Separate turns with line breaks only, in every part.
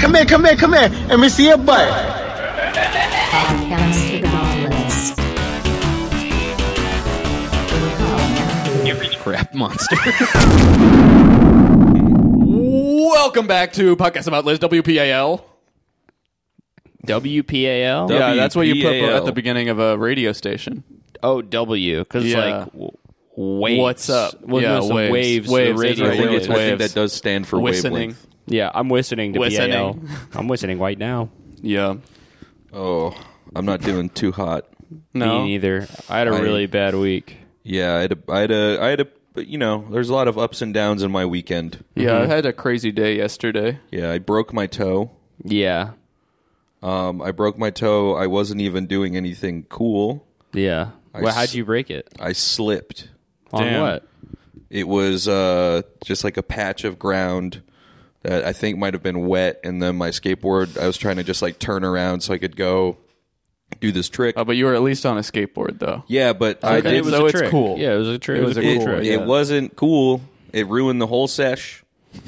here, come here, come here. Let me see your butt.
Podcast for the Ballless.
You rich crap monster. Welcome back to Podcast About Liz, WPAL.
WPAL?
Yeah, that's what you put
WPAL.
at the beginning of a radio station.
Oh, W. Because,
Yeah.
like, w- waves.
What's up?
Well,
Yeah,
no, some
waves.
waves.
Waves,
the
that's
radio
right.
I think,
Waves.
it's, I think
Waves.
that does stand for
Whistling.
wavelength.
Yeah, I'm listening to
Whistling.
PAL. I'm listening right now.
Yeah.
Oh, I'm not doing too hot.
No.
Me neither. I had a
I-
really bad week.
Yeah, I had a, I had a, I had a, but, you know, there's a lot of ups and downs in my weekend.
Yeah, I had a crazy day yesterday.
Yeah, I broke my toe.
Yeah.
Um, I broke my toe. I wasn't even doing anything cool.
Yeah. well, how'd
s-
you break it?
I slipped.
On
Damn.
what?
It was uh, just like a patch of ground that I think might have been wet, and then my skateboard. I was trying to just like turn around so I could go do this trick.
Uh, but you were at least on a skateboard, though.
yeah, but I
Okay,
did.
it was so it's cool.
Yeah, it was a trick.
It was a
it,
cool trick,
it
yeah.
wasn't cool. It ruined the whole sesh.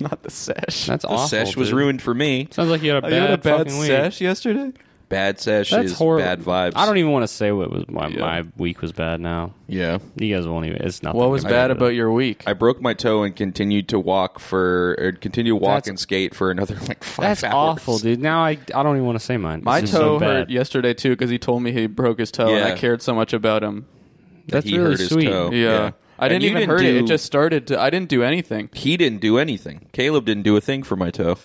Not the sesh.
That's
The
awful.
sesh was
dude.
ruined for me.
Sounds like you had a
Oh,
bad,
you had a bad
fucking week.
sesh yesterday?
Bad sesh
That's
is
horrible.
bad vibes.
I don't e- even want to say what was my
Yeah.
my week was bad. Now
Yeah.
you guys won't even. It's nothing.
What was bad
compared to-
about your week?
I broke my toe and continued to walk for, or continue to walk
That's-
and skate for another like five
That's
hours.
awful, dude. Now I I don't even want to say mine.
My
This
toe
is so
hurt
bad.
yesterday, too, because he told me he broke his toe, and I
Yeah.
cared so much about him.
That's
he
really
hurt his
sweet.
toe.
Oh, Yeah.
Yeah.
I
And
didn't
you
even
didn't
hurt it. It
do-
just started to. I didn't do anything.
He didn't do anything. Caleb didn't do a thing for my toe.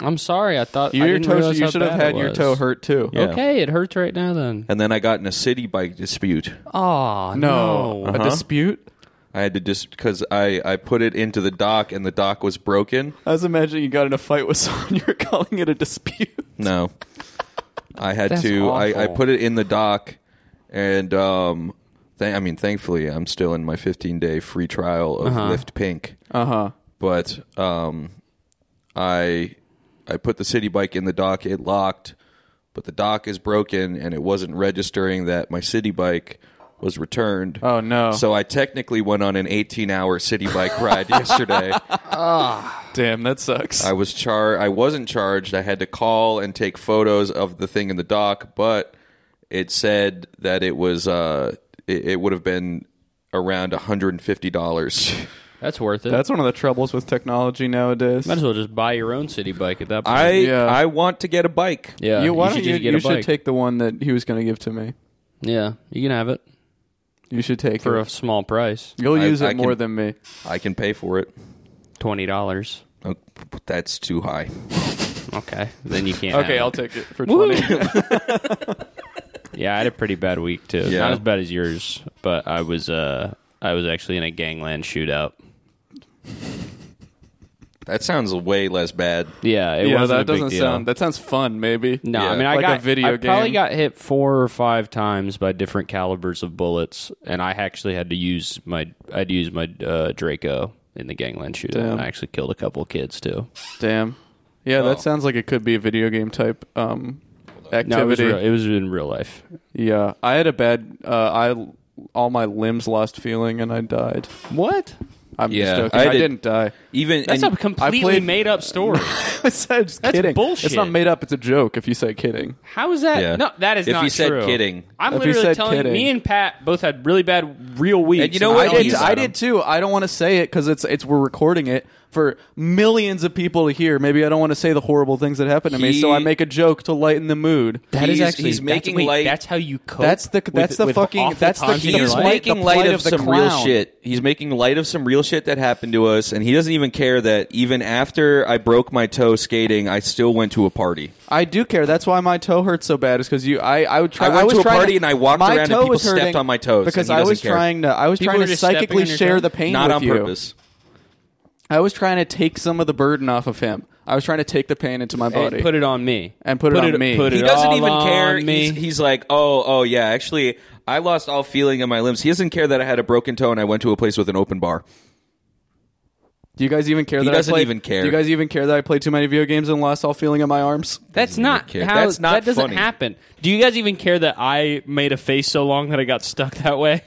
I'm sorry. I thought I
Your
didn't
toe,
realize
you
how
should have
bad
had
it
your
was.
toe hurt too.
Yeah.
Okay, it hurts right now. Then.
And then I got in a city bike dispute.
Oh
No, Uh-huh.
no.
a dispute.
I had to just because I I put it into the dock and the dock was broken.
I was imagining you got in a fight with someone. You're calling it a dispute.
No, I had
That's
to. I, I
awful.
put it in the dock, and um, th- I mean, thankfully, I'm still in my 15 day free trial of Lyft Pink.
Uh huh.
but um, I I put the city bike in the dock. It locked, but the dock is broken, and it wasn't registering that my city bike was returned.
Oh, no.
So I technically went on an 18 hour city bike ride yesterday.
Damn, that sucks.
I was char I wasn't charged. I had to call and take photos of the thing in the dock, but it said that it was uh, it, it would have been around 150 dollars.
That's worth it.
That's one of the troubles with technology nowadays.
Might as well just buy your own city bike at that point.
I
Yeah.
I want to get a bike.
yeah.
you, why don't
should
you?
just get
you
a
should
bike.
take the one that he was going to give to me.
Yeah, you can have it
You should take
for a
it.
small price.
You'll
I-
use it
I can-
more than me.
I can pay for it.
Twenty dollars.
Oh, that's too high.
Okay, then you can't.
Okay,
have
I'll
it.
take it for twenty.
Yeah, I had a pretty bad week too.
Yeah.
Not as bad as yours, but I was uh I was actually in a gangland shootout.
That sounds way less bad.
Yeah, it
yeah,
wasn't a
that
big
doesn't
deal.
sound. That sounds fun. Maybe.
no,
yeah,
I mean I
like
got
a video
I probably
game.
got hit four or five times by different calibers of bullets, and I actually had to use my I'd use my uh, Draco in the gangland shootout.
Damn.
And I actually killed a couple of kids too.
Damn. Yeah, that sounds like it could be a video game type um, activity.
No, it was, real, it was in real life.
Yeah, I had a bad. Uh, I all my limbs lost feeling and I died.
What?
I'm
Yeah,
just joking.
I
I,
did-
did. not die.
Even
That's
and
a completely
played-
made up story.
I said just
That's
kidding.
bullshit.
It's not made up. It's a joke. If you say kidding,
How is that?
Yeah.
No, that is
If
not
he said
true.
kidding.
I'm
If he
literally
said
telling
kidding.
you, me and Pat both had really bad real weeks.
And you know
and
what?
I
I, don't
did-
did.
use
use
I
that.
them.
did too. I don't want to say it because it's it's we're recording it for millions of people to hear. Maybe I don't want to say the horrible things that happened to me, so
He-
I make a joke to lighten the mood.
That is
He's-
actually
he's
that's-
making
wait,
light-
That's how you cope.
That's the-
with-
that's the
with
fucking-
awful
that's the
times
key
in your
he's
is
life?
light-
making
the
light
plight
of,
of the
some real
clown.
shit. He's making light of some real shit that happened to us, and he doesn't even care that even after I broke my toe skating, I still went to a party.
I do care. That's why my toe hurts so bad. Is because you. I I would try.
I went
was
to a
trying
party and I walked
my
around and
toe
people
was
stepped
hurting
on my toes,
because
and he
I was
doesn't care.
trying to. I was
People
trying
were
to
just stepping
psychically
on your
share
toe?
the pain.
Not
with
on
you.
purpose.
I was trying to take some of the burden off of him. I was trying to take the pain into my
Hey,
body.
put it on me
And put it on me.
Put
He
it
doesn't
all
even
on
care.
Me.
He's, he's like, oh, oh yeah. Actually, I lost all feeling in my limbs. He doesn't care that I had a broken toe and I went to a place with an open bar.
do you guys even care?
He
that
doesn't
I played,
even care.
Do you guys even care that I played too many video games and lost all feeling in my arms?
that's not
care.
how.
That's not
that doesn't
funny.
happen. Do you guys even care that I made a face so long that I got stuck that way?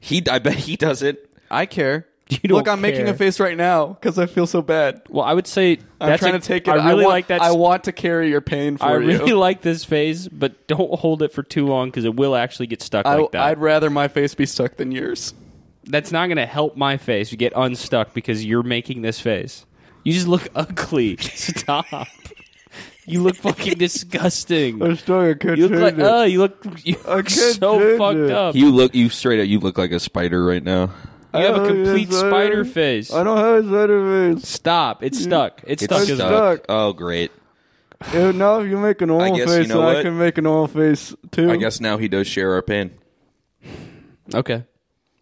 He, I bet he doesn't.
I care.
You don't
Look, I'm making
care.
a face right now because I feel so bad.
Well, I would say
I'm
that's
trying
a-
to take it.
I really
want,
like that.
I
s-
want to carry your pain for
I
you.
really like this phase, but don't hold it for too long because it will actually get stuck
I,
like that.
I'd rather my face be stuck than yours.
that's not going to help my face get unstuck because you're making this face. You just look ugly. Stop. you look fucking disgusting. You
still a good
look like oh, you look you look
can't
so
change
fucked
it.
up. You
You look you straight up. You look like a spider right now.
have a
Oh,
complete
yes, I-
spider face.
don't Mm. have a better face.
Stop. It's stuck. It's
It's
stuck.
stuck.
as
stuck.
Oh, great.
now if you make a normal
guess you face, know then I what? can
make a normal face too.
I guess now he does share our pain.
Okay.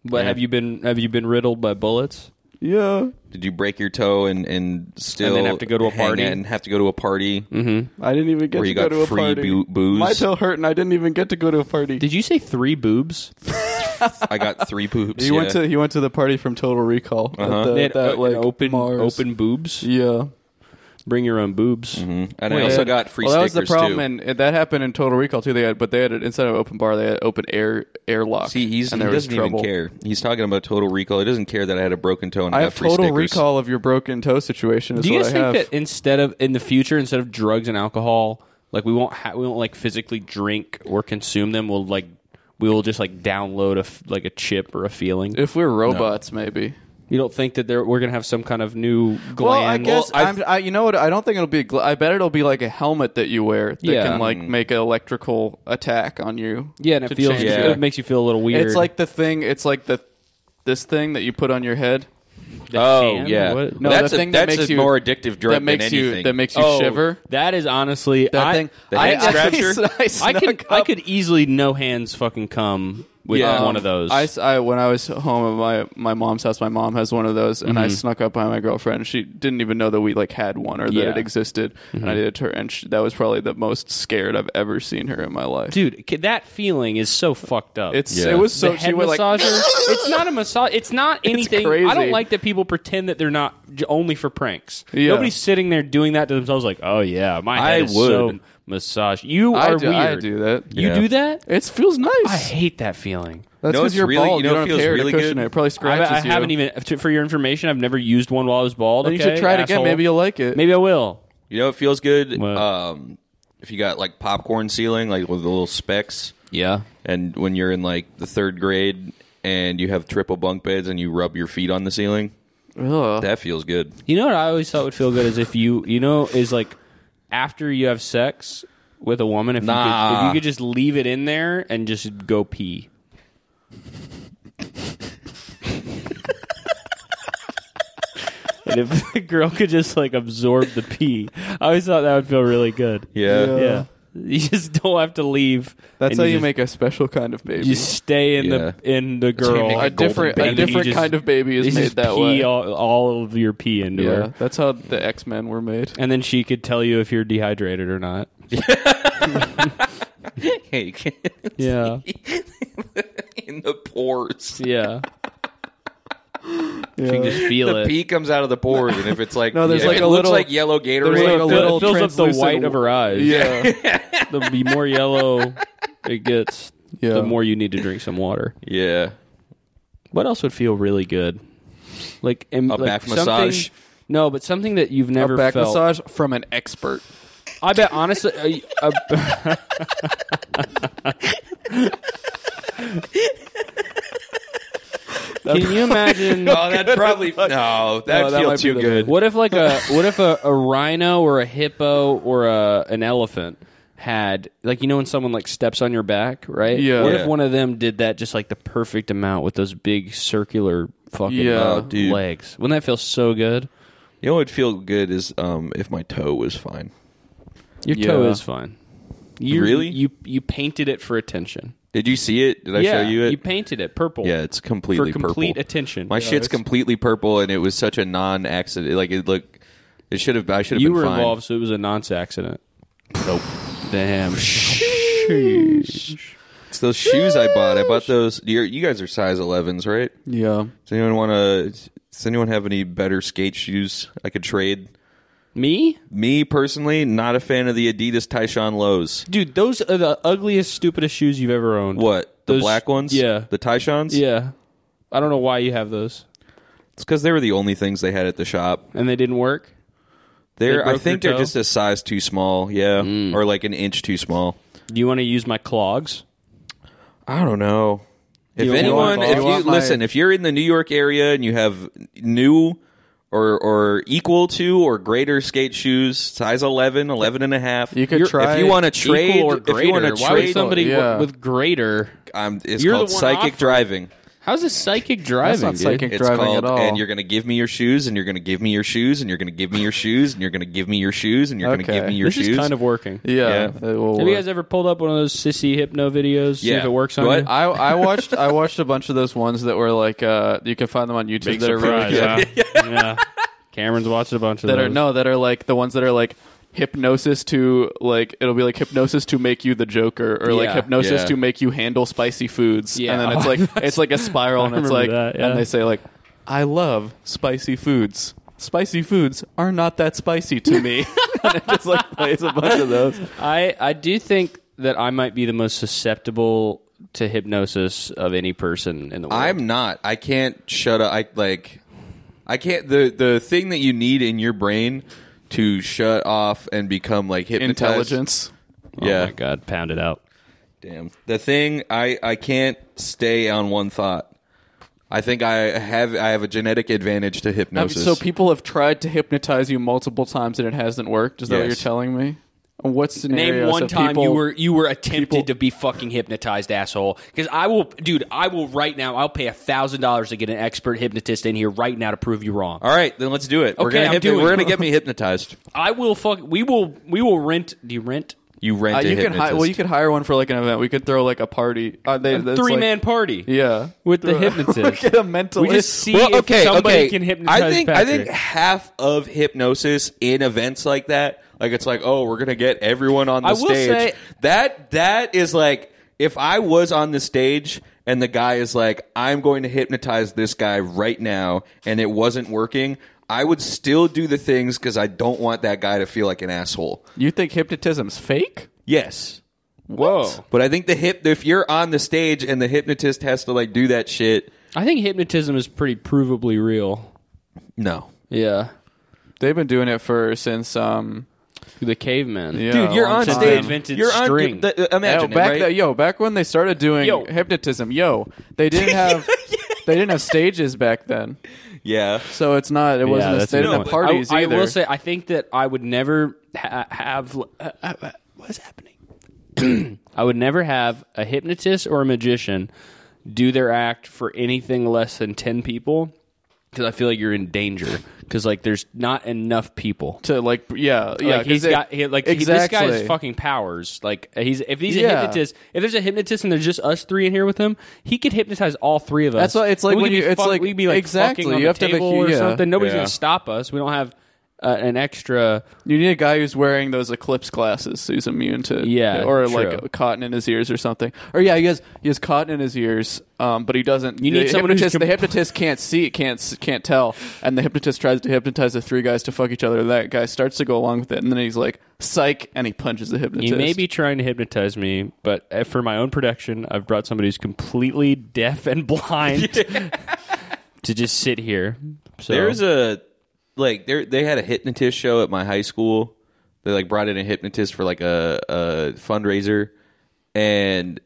But
Yeah.
have you been have you been riddled by bullets?
Yeah,
Did you break your toe and and still
And then have to go to a
hang
party?
and have to go to a party?
I didn't even get
Where
to
you
go
got
to a
free
party.
boo- booze?
My toe hurt, and I didn't even get to go to a party.
Did you say three boobs?
I got three poops.
you went
yeah. Uh-huh.
to you went to the party from Total Recall at the-
They had
that,
o- an
like,
open
Mars.
open boobs. Mm-hmm.
Yeah,
Bring your own boobs.
and I also got free
well, that was
stickers
the problem,
too.
and and that happened in Total Recall too. They had, but they had it instead of open bar, they had open air airlock.
See, he's, he
and there was
doesn't even
trouble.
care. He's talking about Total Recall. He doesn't care that I had a broken toe and I,
I
got
have
free
total
stickers.
recall of your broken toe situation. Is
Do you
what
guys
I
think
have.
that instead of in the future, instead of drugs and alcohol, like we won't ha- we won't like physically drink or consume them. We'll like we will just like download a f- like a chip or a feeling.
if we're robots, maybe.
you don't think that there we're gonna have some kind of new gland?
Well, I guess
Well, I've-
I'm, I, you know what? I don't think it'll be. a Gl- I bet it'll be like a helmet that you wear that
Yeah.
can like make an electrical attack on you.
yeah, and it
to
feels
change
Yeah.
it makes you feel a little weird.
It's like the thing. It's like the this thing that you put on your head
The
Oh
hand?
yeah,
What-
No,
that's
the
a,
thing that
that's
makes
a
you-
more addictive drug
that makes
than
you
anything.
that makes you
Oh,
shiver.
That is honestly
That
I,
thing.
The
I,
head scratcher?
I,
I
snuck
could I
up.
could easily no hands fucking come with
Yeah.
one of those.
um, I, s- I- when I was home at my, my mom's house, my mom has one of those, and
Mm-hmm.
I snuck up behind my girlfriend. She didn't even know that we like had one or that
Yeah. Mm-hmm.
it existed, and I did it to her, and she, that was probably the most scared I've ever seen her in my life.
Dude, c- that feeling is so fucked up.
It's
Yeah.
it was
The
so she
head
was like,
massager. it's not a massage. It's not anything. I don't
crazy.
like that people pretend that they're not j- only for pranks.
Yeah.
Nobody's sitting there doing that to themselves. Like, oh yeah, my head
I
is so
would.
massage. You
I
are
do,
weird.
I do that.
You
Yeah.
do that?
It feels nice.
I hate that feeling.
That's
No,
because
it's
you're
really-
bald.
you know
don't
it feels
care
really
to cushion
good?
it. It probably
I,
scratches
I
you.
haven't even t- for your information. I've never used one while I was bald.
Then you should
okay,
try it again.
asshole.
Maybe you'll like it.
Maybe I will.
Oh, You know, it feels good.
What?
Um, if you got like popcorn ceiling, like with the little specks,
Yeah.
and when you're in like the third grade and you have triple bunk beds and you rub your feet on the ceiling,
Ugh.
that feels good.
You know what I always thought would feel good is if you, you know, is like after you have sex with a woman, if, you, could,
Nah.
if you could just leave it in there and just go pee. and if the girl could just like absorb the pee, I always thought that would feel really good.
Yeah.
Yeah.
Yeah. You just don't have to leave.
That's
and
how you
just-
make a special kind you make a
You stay in the
Yeah.
in the
how you
girl.
make
a different a
And you
different
just-
kind of baby
you
is made
just
that
pee
way.
All, all of your pee into her.
yeah, that's how the X Men were made.
And then she could tell you if you're dehydrated or not.
Hey,
Yeah.
in the pores.
Yeah.
Yeah.
You can just feel
The
it.
pee comes out of the pores, and if it's like
No, there's
if
like
it
a
looks
little-
like yellow Gatorade,
there's like a
It
little
fills up the
translucent-
white of her eyes.
Yeah,
The be more yellow it gets,
Yeah.
the more you need to drink some water.
yeah,
What else would feel really good? Like em-
A
like
back
something-
massage.
No, but something that you've never
a back
felt.
massage from an expert.
I bet honestly, uh, y- uh, can you imagine?
Oh, that probably no. That
that
feel
might be
too
the-
good.
What if like a what if a, a rhino or a hippo or a an elephant had like you know when someone like steps on your back, right?
Yeah.
What
Yeah.
if one of them did that just like the perfect amount with those big circular fucking
Yeah.
uh,
Oh,
dude.
legs? Wouldn't that feel so good?
You know what would feel good is um, if my toe was fine.
Your toe
Yeah.
is fine. You
Really?
You you painted it for attention.
Did you see it? Did I
yeah.
show you it?
painted it purple.
yeah, it's completely
for complete
purple.
attention.
My shit's completely purple, and it was such a non-accident. Like it look, it should have. I should have
You
been
were
fine.
involved, so it was a nonce accident. Nope. Damn.
It's those shoes I bought. I bought those. You're, you guys are size 11s, right?
Yeah,
Does anyone want to? Does anyone have any better skate shoes I could trade?
Me?
Me personally, not a fan of the Adidas Tyshawn Lows.
Dude, those are the ugliest, stupidest shoes you've ever owned.
What the
Those-
black ones?
yeah.
the Tyshawn's.
Yeah. I don't know why you have those.
It's because they were the only things they had at the shop.
and they didn't work.
They're, I
broke
think
your
they're
toe?
just a size too small, yeah, or like an inch too small.
Do you want to use my clogs?
I don't know. If
You want
anyone,
my-
if
you
you
want my-
listen, if you're in the New York area and you have new or or equal to or greater skate shoes, size 11, 11 and a half.
You could
you're-
try
if you want to trade
Equal or
If you want
greater?
to
Why would
trade,
somebody
Equal, yeah.
with greater?
um, it's
You're the
called
one
psychic
offering.
driving.
How's this psychic driving?
not
dude?
psychic.
It's
driving
called,
at all.
and you're going to give me your shoes, and you're going to give me your shoes, and you're going to give me your shoes, and you're going to give me your shoes, and you're going to give
Okay.
me your
This
shoes.
is kind of working.
Yeah.
Yeah.
it will
Have you
work.
guys ever pulled up one of those sissy hypno videos? See
Yeah.
if it works on
What?
you.
I, I watched I watched a bunch of those ones that were like uh, you can find them on YouTube
Big
that are really
surprise.
good.
huh? yeah. Cameron's watched a bunch of
that
those.
are no that are like the ones that are like hypnosis to like it'll be like hypnosis to make you the joker or like
Yeah.
hypnosis
Yeah.
to make you handle spicy foods
Yeah.
and then it's like it's like a spiral and it's
remember
like
that, yeah.
and they say like i love spicy foods spicy foods are not that spicy to me and it just like plays a bunch of those
I I do think that I might be the most susceptible to hypnosis of any person in the world.
I'm not. I can't shut up. I like. I can't. The the thing that you need in your brain to shut off and become like hypnotized.
intelligence
Yeah.
Oh my god, pound it out.
Damn. The thing I I can't stay on one thought. I think I have I have a genetic advantage to
Um,
hypnosis.
so people have tried to hypnotize you multiple times and it hasn't worked is that what
Yes.
you're telling me what scenarios
Name one
of
time
people-
you were you were attempted
people-
to be fucking hypnotized, asshole. Because I will, dude. I will right now. I'll pay a thousand dollars to get an expert hypnotist in here right now to prove you wrong.
All right, then let's do it. we're
Okay,
gonna
I'm
hypno-
doing
we're
it.
gonna get me hypnotized.
I will fuck. We will. We will rent. Do you rent?
You rent
Uh,
a
you can
hypnotist.
hi- well, you could hire one for like an event. We could throw like a party. Uh, they, that's,
Three
like-
man party.
Yeah,
With the
Throw a-
hypnotist.
Get a mental.
We just see
Well,
if somebody can hypnotize
I think I
Patrick.
think half of hypnosis in events like that, like it's like, oh, we're gonna get everyone on the
I will
stage.
say-
that that is like if I was on the stage and the guy is like, I'm going to hypnotize this guy right now, and it wasn't working. I would still do the things because I don't want that guy to feel like an asshole.
you think hypnotism's fake?
Yes,
Whoa.
but I think the hip if you're on the stage and the hypnotist has to like do that shit.
I think hypnotism is pretty provably real.
No,
Yeah.
They've been doing it for since um.
The caveman.
Yeah,
dude, you're
a long
on
time.
stage.
Invented
you're on
string.
the-
Yo,
imagine it,
back
right?
that yo back when they started doing
Yo.
hypnotism. Yo, they didn't have they didn't have stages back then,
Yeah.
so it's not. It wasn't. a,
that's
they
a
didn't
good
have
point.
parties
I,
either.
I will say, I think that I would never ha- have. Uh, uh, uh, what is happening? I would never have a hypnotist or a magician do their act for anything less than ten people because I feel like you're in danger because like there's not enough people.
to like yeah yeah.
like he's
'cause it-
got he, like he-
exactly.
this guy's fucking powers. Like he's if he's a
Yeah.
hypnotist, if there's a hypnotist and there's just us three in here with him, he could hypnotize all three of us.
That's why it's like
We
when
could be
you- it's like-
we'd be like
exactly,
fucking on
you
the
have to have a
table
hu-
or
yeah.
something. Nobody's
Yeah.
gonna stop us. We don't have uh, an extra.
You need a guy who's wearing those eclipse glasses so he's immune to
Yeah,
or
true.
like cotton in his ears or something. Or yeah, he has he has cotton in his ears, um, but he doesn't.
You need
the
someone who's
hypnotist. the
comp-
hypnotist can't see, can't s- can't tell, and the hypnotist tries to hypnotize the three guys to fuck each other. That guy starts to go along with it, and then he's like, "Psych!" and he punches the hypnotist.
You may be trying to hypnotize me, but uh, for my own protection, I've brought somebody who's completely deaf and blind to just sit here. So
There's a like there they had a hypnotist show at my high school. They like brought in a hypnotist for like a, a fundraiser, and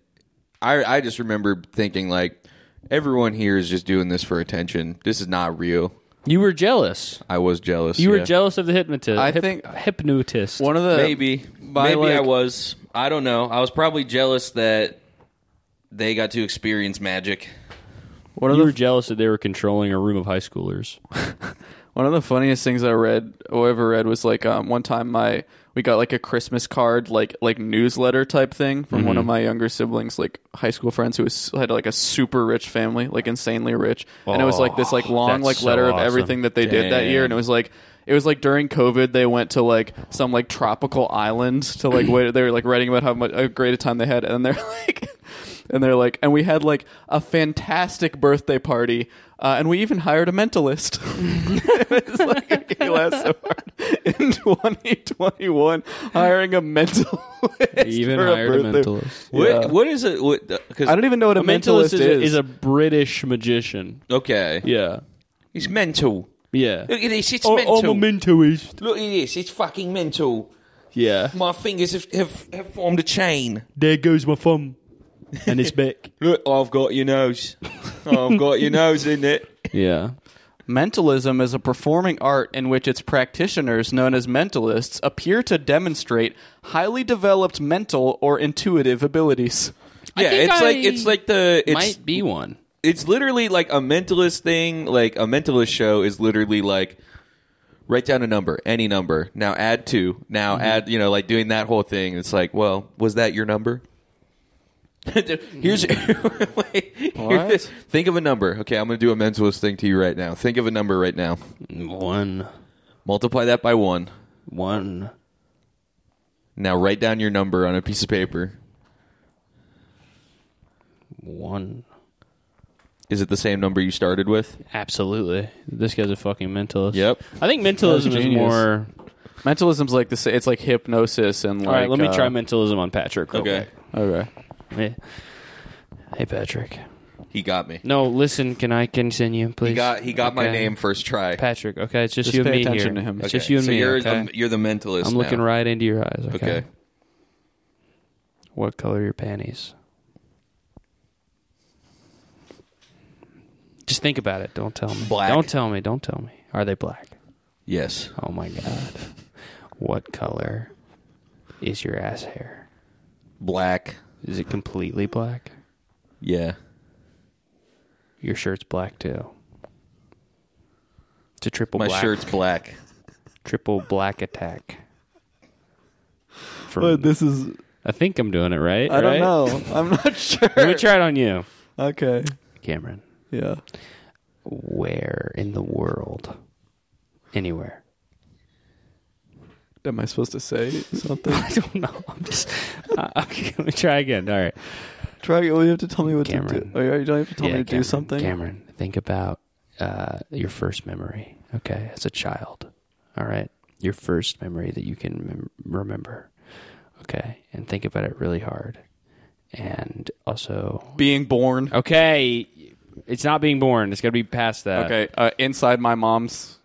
I I just remember thinking like everyone here is just doing this for attention. This is not real.
you were jealous.
I was jealous.
You
yeah.
were jealous of the hypnotist.
I
hyp-
think-
hypnotist.
one of the
Maybe
by,
maybe I
like-
was. I don't know. I was probably jealous that they got to experience magic.
one of
you
the
were jealous that they were controlling a room of high schoolers.
One of the funniest things I read or ever read was like um, one time my we got like a Christmas card like like newsletter type thing from
Mm-hmm.
one of my younger siblings like high school friends who was, had like a super rich family like insanely rich and it was like this like long
that's
like
so
letter of
awesome.
everything that they did that year and it was like it was like during COVID they went to like some like tropical island to like wait they were like writing about how much a great a time they had and they're like and they're like and we had like a fantastic birthday party uh, and we even hired a mentalist it's like okay, last so hard in 2021 hiring a mentalist
Even
for a
hired a
birthday-
mentalist.
What
Yeah.
what is it? What, uh,
I don't even know what a, mentalist,
is,
is.
a British magician.
Okay.
Yeah.
It's mental.
Yeah.
Look at this,
Oh,
it's
I-
mental.
Oh, I'm a mentalist.
Look at this, it's fucking mental.
Yeah.
My fingers have, have, have formed a chain.
There goes my thumb. And it's back.
Look, I've got your nose. I've got your nose in it.
yeah.
Mentalism is a performing art in which its practitioners, known as mentalists, appear to demonstrate highly developed mental or intuitive abilities.
Yeah,
think
it's like
I
it's like the it's
Might be one.
it's literally like a mentalist thing. Like a mentalist show is literally like write down a number, any number. Now add two. Now
Mm-hmm.
add you know like doing that whole thing. It's like, well, was that your number? Here's wait, here's- think of a number. Okay, I'm going to do a mentalist thing to you right now. Think of a number right now.
One.
Multiply that by one.
One.
Now write down your number on a piece of paper.
One.
Is it the same number you started with?
Absolutely. This guy's a fucking mentalist.
Yep.
I think mentalism is
genius.
more.
Mentalism's like this. It's like hypnosis and like.
All right, let me
uh,
try mentalism on Patrick. real
Okay.
Okay.
quick. Hey. Hey, Patrick.
He got me.
No, listen. Can I continue, please?
He got he got my
Okay.
name first try.
Patrick. Okay, it's just,
Just
you and
pay
me here.
attention to him.
It's
Okay,
just you and
so
me.
You're,
okay?
um, you're the mentalist.
I'm looking
now.
right into your eyes. Okay.
Okay.
What color are your panties? Just think about it. Don't tell me.
Black.
Don't tell me. Don't tell me. Are they black?
Yes.
Oh my god. What color is your ass hair?
Black.
Is it completely black?
Yeah.
Your shirt's black too. It's a triple
My
black.
shirt's black.
triple black attack. From,
this is.
I think I'm doing it right.
I don't
right?
know. I'm not
Let me
sure.
try it on you,
Okay.
Cameron.
Yeah.
Where in the world? Anywhere.
Am I supposed to say something?
I don't know. I'm just. Uh, okay, let me try again. All right.
try. You have to tell me what
Cameron.
to do. Oh, you don't have to tell me to do something.
Cameron, think about uh, your first memory, okay, as a child. All right. Your first memory that you can mem- remember, okay, and think about it really hard. And also,
Being born.
okay, it's not being born. It's got to be past that.
Okay. Uh, inside my mom's.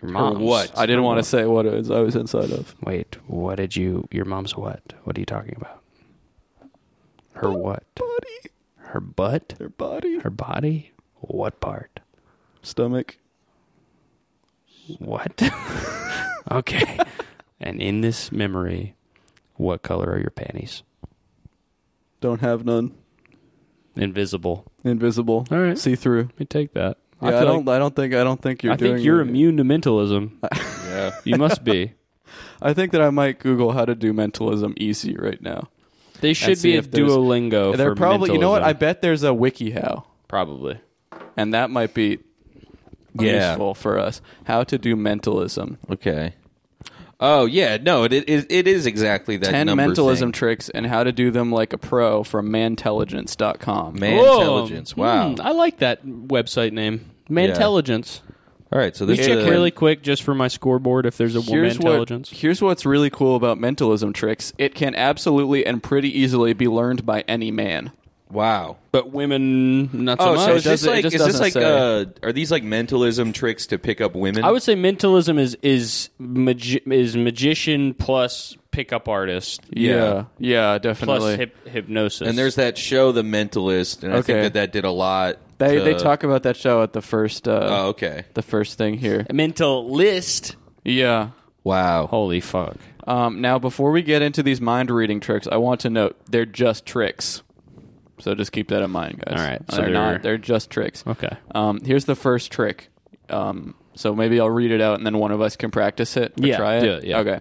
Your mom's.
what?
I didn't want to say what it was. I was inside of.
Wait, what did you? Your mom's what? What are you talking about? Her what?
Body.
Her butt?
Their body.
Her body? What part?
stomach.
What? okay. and in this memory, what color are your panties?
Don't have none.
Invisible.
Invisible.
All right.
See through.
Let me take that.
Yeah, I,
feel
don't.
like-
I don't think. I don't think you're.
I
doing
think you're
it.
immune to mentalism.
Yeah.
you must be.
I think that I might Google how to do mentalism easy right now.
They should
see
be a
if there's-
Duolingo.
They're
for
probably. You know what? I
mentalism.
bet there's a wiki how,
probably.
and that might be
Yeah.
useful for us. How to do mentalism?
Okay. Oh yeah, no, it it, it is exactly that.
Ten
number
mentalism
thing.
tricks and how to do them like a pro from mantelligence.com.
man
Whoa.
intelligence. Wow.
Hmm, I like that website name. Mantelligence.
All right, so this
Check
is
really quick just for my scoreboard if there's a woman
Here's what,
intelligence.
here's what's really cool about mentalism tricks. It can absolutely and pretty easily be learned by any man.
wow.
But women, not so
Oh,
much.
so is this
doesn't- it
like
just
is this
doesn't
like
say.
uh are these like mentalism tricks to pick up women?
I would say mentalism is is magi- is magician plus pickup artist
Yeah, yeah,
plus
definitely.
hyp- hypnosis.
and there's that show The Mentalist and I think
Okay.
that that did a lot.
they
to-
they talk about that show at the first uh,
Oh, okay.
the first thing here.
mental list.
Yeah.
Wow.
Holy fuck!
Um, now, before we get into these mind reading tricks, I want to note they're just tricks. So just keep that in mind, guys.
All right, so
they're,
they're-
not. They're just tricks.
Okay.
Um, here's the first trick. Um, so maybe I'll read it out, and then one of us can practice it. Or
Yeah,
Try it.
do it, yeah.
Okay.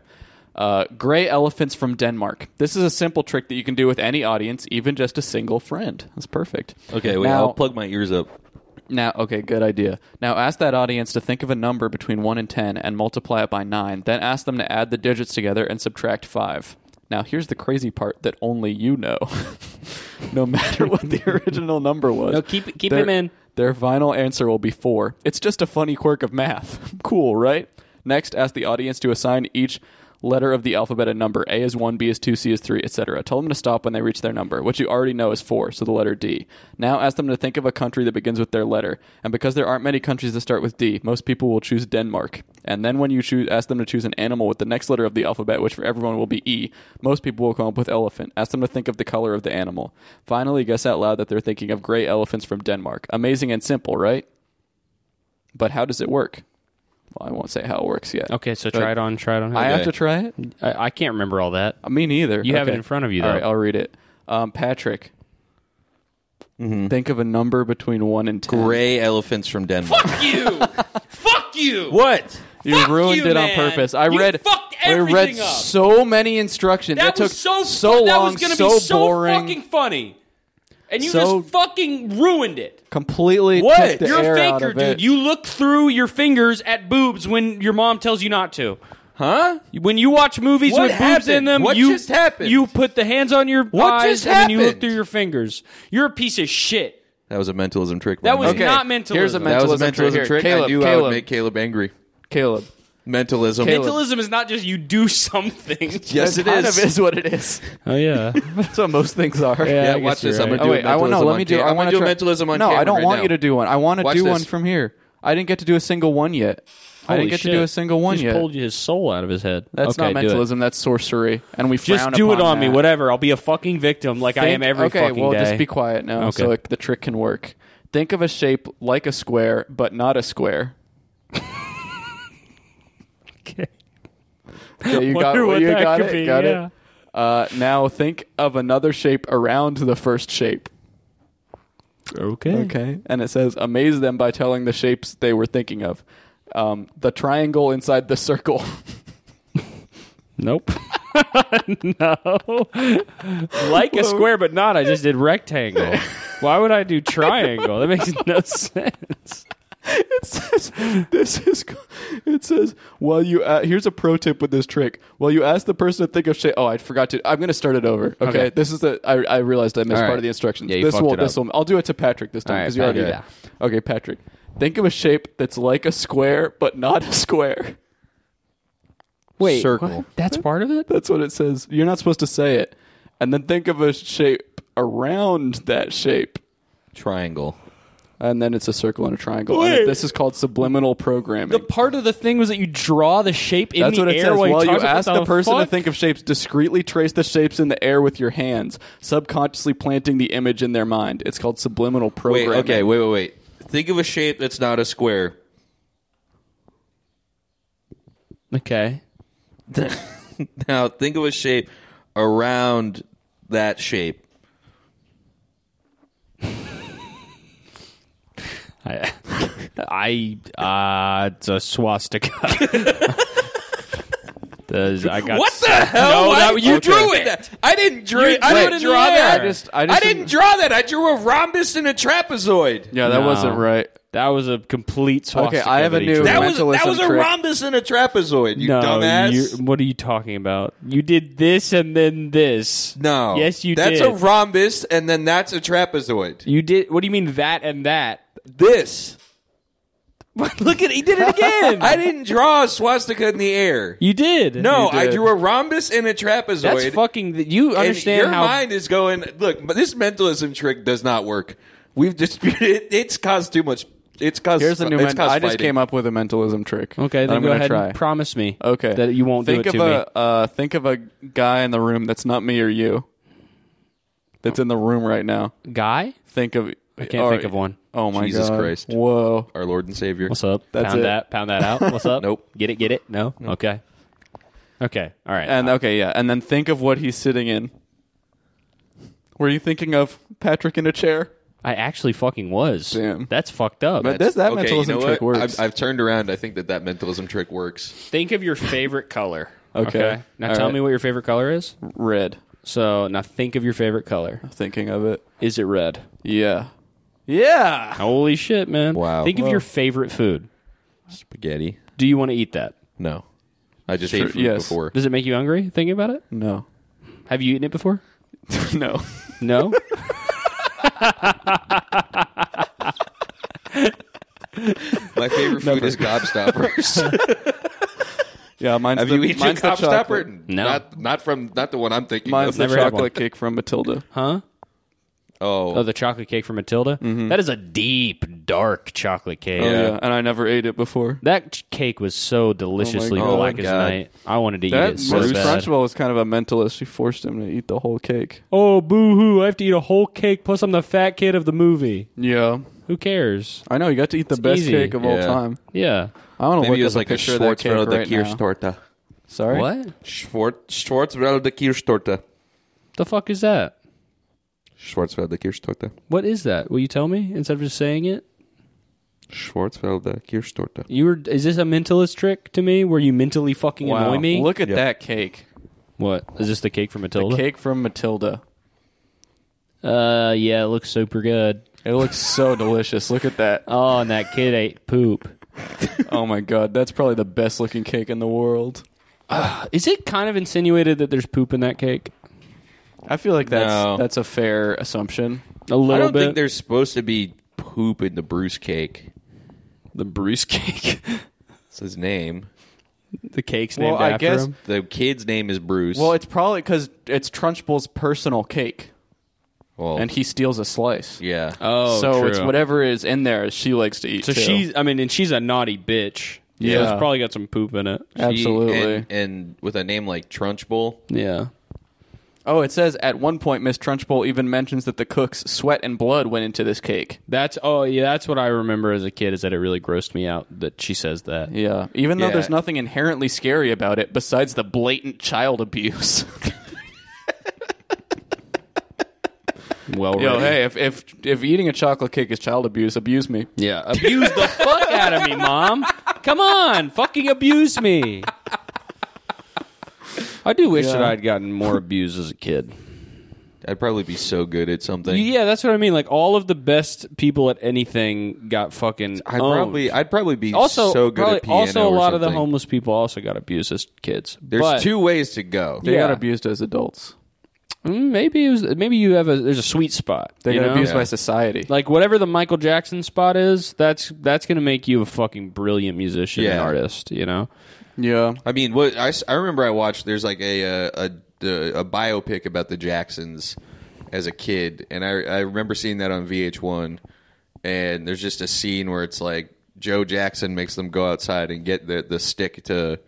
Uh, gray elephants from Denmark. This is a simple trick that you can do with any audience, even just a single friend. That's perfect.
Okay, wait,
Now-
I'll plug my ears up.
now, okay, good idea. Now ask that audience to think of a number between 1 and 10 and multiply it by 9. Then ask them to add the digits together and subtract 5. Now, here's the crazy part that only you know. no matter what the original number was.
No, keep- keep
their-
him in.
Their final answer will be 4. It's just a funny quirk of math. cool, right? Next, ask the audience to assign each letter of the alphabet and number. A is 1, B is 2, C is 3, etc. Tell them to stop when they reach their number, which you already know is 4, so the letter D. Now ask them to think of a country that begins with their letter. And because there aren't many countries that start with D, most people will choose Denmark. And then when you choose, ask them to choose an animal with the next letter of the alphabet, which for everyone will be E, most people will come up with elephant. Ask them to think of the color of the animal. Finally, guess out loud that they're thinking of gray elephants from Denmark. Amazing and simple, right? But how does it work? Well, I won't say how it works yet.
Okay, so try it on, try it on.
I have to try it?
I, I can't remember all that.
Me neither.
You have it in front of you,
All
though.
right, I'll read it. Um, Patrick,
Mm-hmm.
think of a number between one and ten.
Gray elephants from Denmark.
Fuck you! Fuck you!
What?
You
Fuck
ruined
you,
it on
man.
purpose. I
You
read.
fucked
I read
everything up.
so many instructions.
That,
took
was so
so long,
That was gonna
so,
be so
boring.
fucking funny, and you
So-
just fucking ruined it.
completely took the
You're
air
a
out
faker,
of
dude.
it.
You look through your fingers at boobs when your mom tells you not to.
Huh?
When you watch movies
What
with boobs in
happened?
them,
What
you
just happened?
you put the hands on your
What
eyes
just
and then you look
happened?
through your fingers. You're a piece of shit.
That was a mentalism trick.
That
by
was
me.
Okay,
not mentalism.
Here's a
That
mentalism,
was a mentalism
trick.
trick.
Here, Caleb,
I knew I
Caleb,
would make Caleb angry.
Caleb.
Mentalism.
Caleb.
Mentalism is not just you do something.
Yes, it
Kind
is.
of is what it is.
Oh yeah,
That's what most things are.
Yeah,
I guess
watch
you're
this. I'm
right.
gonna do
oh,
a
wait, I want no.
mentalism
Let
on
me do.
ca-
I
I'm
want
gonna
to
do a mentalism on
No,
camera
I don't
right
want
now.
you to do one. I want to
Watch
do
this.
one from here. I didn't get to do a single one yet. I didn't get to do a single one
He
yet.
just pulled his soul out of his head.
That's
okay,
not
do it.
mentalism. That's sorcery, and we
Just
frown
do it
upon
on me,
that.
whatever. I'll be a fucking victim, like I am
Think-
every
okay,
fucking
well,
day.
just be quiet now,
Okay.
so like, the trick can work. Think of a shape like a square, but not a square.
okay.
Okay, you got
Wonder what
you
that
got
could
it.
be,
got
yeah.
it. Uh, now think of another shape around the first shape.
Okay.
Okay, and it says amaze them by telling the shapes they were thinking of. Um, the triangle inside the circle.
Nope. no. Like a square, but not. I just did rectangle. Why would I do triangle? That makes no sense.
says- this is it says while you uh, here's a pro tip with this trick while you ask the person to think of shape oh i forgot to i'm going to start it over okay,
Okay.
this is the i, I realized i missed
All right.
part of the instructions
Yeah, you
this
fucked
will
it
this
up.
will i'll do it to patrick this
All
time
right,
because you already
Patrick.
did. okay patrick think of a shape that's like a square but not a square
Wait,
Circle.
what? That's part of it.
that's what it says you're not supposed to say it and then think of a shape around that shape
Triangle.
and then it's a circle and a triangle And
Wait.
this is called subliminal programming
The part of the thing was that you draw the shape in
That's
the
what it
air
says.
while you,
While you
talk about
ask the person to
fuck?
think of shapes, discreetly trace the shapes in the air with your hands, subconsciously planting the image in their mind. It's called subliminal
Wait,
programming.
okay, wait, wait, wait. Think of a shape that's not a square.
Okay.
Now think of a shape around that shape.
I, I uh, it's a swastika. There's- I got
What the hell?
Oh,
No,
Why-
that-
you
okay.
drew it.
I didn't draw.
You
I
drew
didn't
it in
draw
the air.
that.
I just- I just
didn't
didn't-
draw that. I drew a rhombus and a trapezoid.
Yeah, that
No.
wasn't right.
That was a complete swastika.
I have a
that he
new-
drew.
That was that
Mentalism
was a
trick.
rhombus and a trapezoid. You
no,
dumbass.
you- what are you talking about? You did this and then this.
no.
Yes, you
That's
did.
a rhombus, and then that's a trapezoid.
You did. What do you mean that and that?
This.
Look at he did it again.
I didn't draw a swastika in the air.
you did.
No,
You
I
did.
drew a rhombus and a trapezoid.
that's fucking. You
and
understand
your
how?
mind is going. Look, but this mentalism trick does not work. We've disputed. It, it's caused too much. It's caused.
Here's a new.
It's
Men-
caused
I just
fighting.
came up with a mentalism trick.
okay,
that
then
I'm
go
gonna
ahead.
Try.
And promise me.
okay,
that you won't
think
do it
of
to
a, Uh, think of a guy in the room that's not me or you. That's in the room right now.
me. Guy,
Think of.
I can't think of one.
Oh my
Jesus
God.
Christ.
Whoa.
Our Lord and Savior.
What's up?
That's
pound
it.
that. Pound that out. What's up?
Nope.
Get it. Get it. No. Okay. Okay. All right.
And okay, yeah, and then think of what he's sitting in. Were you thinking of Patrick in a chair?
I actually fucking was.
Damn.
That's fucked up.
But does that
okay,
mentalism
you know
trick
what?
works?
I've, I've turned around. I think that that mentalism trick works.
Think of your favorite color.
Okay.
Now
All
tell
right.
me what your favorite color is.
Red.
So now think of your favorite color.
Thinking of it.
Is it red?
Yeah. Yeah.
Holy shit, man.
Wow.
Think of your favorite food.
Spaghetti.
Do you want to eat that?
No, I just ate food
yes.
before.
Does it make you hungry thinking about it?
No.
Have you eaten it before?
no.
No.
My favorite food is gobstoppers.
Yeah, mine's
Have
the,
you eaten
mine's the
Cop Stopper?
chocolate.
No.
not, not from not the one I'm thinking.
Mine's
of.
the
Never had one.
chocolate cake from Matilda.
Huh?
oh,
Oh, the chocolate cake from Matilda? That is a deep, dark chocolate cake.
Mm-hmm. Oh, yeah, and I never ate it before.
That ch- cake was so deliciously
Oh my
black
God.
as night. I wanted to eat
That
it so
Bruce
bad.
Crunchwell was kind of a mentalist. She forced him to eat the whole cake.
Oh, boo hoo. I have to eat a whole cake, plus I'm the fat kid of the movie.
Yeah,
Who cares?
I know. You got to eat the best
easy.
cake of all
Yeah.
time.
Yeah.
I want
maybe
to look
it
at
was
the
like a
picture of that cake
Schwarzwälder
right now.
Kirschtorte.
Sorry,
What?
Schwar- Schwarzwälder Kirschtorte.
The fuck is that?
Schwarzwälder Kirschtorte.
What is that? Will you tell me instead of just saying it?
Schwarzwälder Kirschtorte.
You were is this a mentalist trick to me where you mentally fucking
Wow.
annoy me?
Look at
Yeah.
that cake.
What? Is this the cake from
The
Matilda?
cake from Matilda.
Uh yeah, it looks super good.
It looks so delicious. Look at that.
Oh, and that kid ate poop.
Oh my god, that's probably the best looking cake in the world.
Is it kind of insinuated that there's poop in that cake?
I feel like that's
No.
that's a fair assumption.
A little
I don't
bit.
think there's supposed to be poop in the Bruce cake.
The Bruce cake.
It's his name.
the cake's named
well, I
after
guess.
him.
The kid's name is Bruce.
Well, it's probably because it's Trunchbull's personal cake,
Well,
and he steals a slice.
yeah.
Oh,
so
true.
it's whatever is in there she likes to eat.
So
too.
she's, I mean, and she's a naughty bitch. so
Yeah.
it's probably got some poop in it.
He-
absolutely.
and, and with a name like Trunchbull,
Yeah.
oh, it says at one point Miss Trunchbull even mentions that the cook's sweat and blood went into this cake.
That's oh yeah. That's what I remember as a kid is that it really grossed me out that she says that.
Yeah, even though
Yeah.
there's nothing inherently scary about it besides the blatant child abuse.
Well,
Yo,
written.
hey, if, if if eating a chocolate cake is child abuse, abuse me.
yeah, abuse the fuck out of me, mom. Come on, fucking abuse me. I do wish that I'd gotten more abused as a kid.
I'd probably be so good at something.
Yeah, that's what I mean. Like all of the best people at anything got fucking.
I'd
owned.
probably, I'd probably be
also
so good
probably-
at piano.
also a
or
lot of the
something.
homeless people also got abused as kids.
There's
But-
two ways to go.
They got
Yeah.
abused as adults.
Mm, Maybe it was, maybe you have a there's a sweet spot.
They
you
got
know?
abused by
Yeah.
society.
like whatever the Michael Jackson spot is, that's that's gonna make you a fucking brilliant musician and
Yeah.
artist. You know,
yeah.
I mean, what I, s- I remember I watched. There's like a uh, a, a a biopic about the Jacksons as a kid, and I I remember seeing that on VH1. And there's just a scene where it's like Joe Jackson makes them go outside and get the the stick to.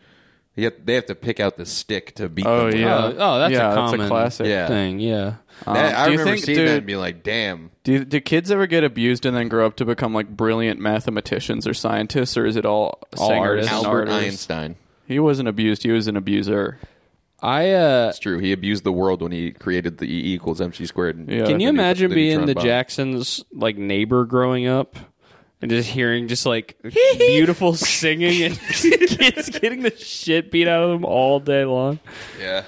They have, they have to pick out the stick to beat. them with.
Oh, oh, that's a
yeah,
common-
That's a classic.
Yeah.
thing. Yeah,
That- I
do you
remember
think,
seeing that
dude-
and being like, "Damn,
Do, do kids ever get abused and then grow up to become like brilliant mathematicians or scientists, or is it all, singers
artists.
and
Albert
artists?
Einstein."
He wasn't abused. He was an abuser.
I uh,
It's true. He abused the world when he created the E equals MC squared. And
Yeah.
can you
Then he-
imagine
then he
being
tried
the
bomb.
Jacksons like neighbor growing up and just hearing just like beautiful singing and kids getting the shit beat out of them all day long.
Yeah.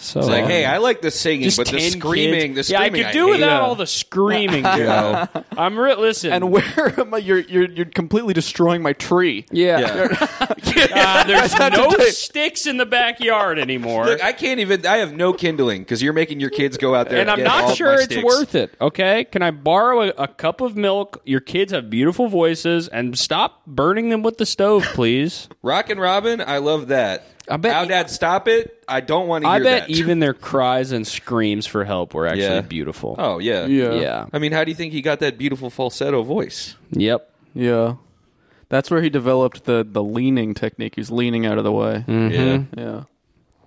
So
It's like,
uh,
hey, I like the singing,
just
but the
10
screaming,
kids.
the screaming.
yeah, I could do
hate
without
it.
all the screaming. Joe. I'm re- listen.
And where am I? You're you're you're completely destroying my tree.
Yeah. Uh, there's
had to
no
take-
sticks in the backyard anymore.
Look, I can't even. I have no kindling because you're making your kids go out there,
and I'm
get all
not
of
sure
my
it's
sticks.
worth it. Okay, can I borrow a, a cup of milk? Your kids have beautiful voices, and stop burning them with the stove, please.
Rock and Robin, I love that.
I bet-
How Dad, stop it! I don't want to
I
hear
bet
that.
even their cries and screams for help were actually
Yeah.
beautiful.
Oh yeah,
Yeah.
yeah,
I mean, how do you think he got that beautiful falsetto voice?
yep.
Yeah. That's where he developed the the leaning technique. He's leaning out of the way.
Mm. Mm-hmm.
Yeah,
Yeah.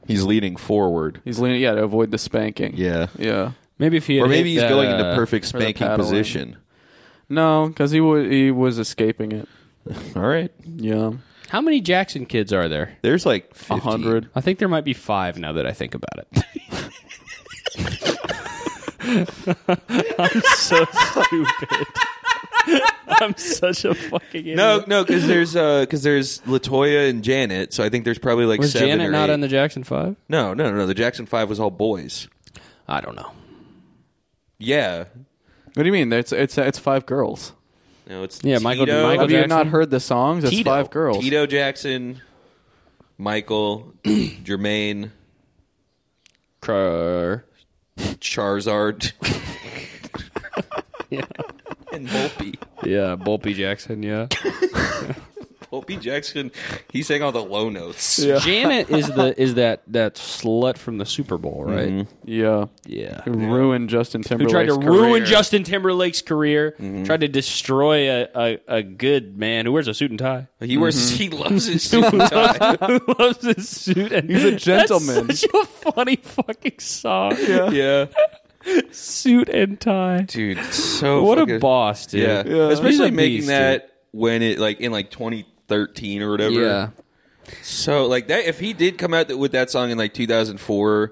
he's leaning forward.
He's leaning. Yeah, to avoid the spanking.
Yeah,
Yeah.
Maybe if he
or
had
maybe he's
hit that,
going
uh,
into perfect
or the
spanking
paddling.
position.
No, because he wa he was escaping it.
All right,
Yeah.
How many Jackson kids are there?
there's like
A
15.
hundred.
I think there might be five now that I think about it. I'm so stupid. I'm such a fucking idiot.
No, no, because there's because there's Latoya and Janet, so I think there's probably like
was
seven
Janet
or
not
eight.
on the Jackson Five?
No, no, no, no. The Jackson Five was all boys.
I don't know.
Yeah.
What do you mean? It's it's it's five girls.
No, it's
Yeah, Michael-
Tito,
Michael
Have you
Jackson?
not heard the songs? It's
Tito.
five girls.
Tito Jackson, Michael, Jermaine, uh,
Crowder.
Charizard,
Yeah.
and Volpe.
Yeah, Bolpe Jackson. Yeah.
Colby Jackson, he sang all the low notes.
Janet is the is that that slut from the Super Bowl, right?
Mm-hmm.
Yeah.
Yeah.
Who Ruined Justin
Who
Timberlake's
tried to
career.
ruin Justin Timberlake's career?
Mm-hmm.
Tried to destroy a, a, a good man who wears a suit and tie.
He wears he
Mm-hmm.
loves his suit and tie.
who loves his suit and
He's a gentleman.
That's such a funny fucking song.
yeah.
Suit and tie.
Dude, so
What a
fucking-
boss, dude.
Yeah.
He's
Especially
a
making
beast,
that when it like in like 2013 or whatever.
dude. Yeah.
So like that if he did come out th- with that song in like 2004,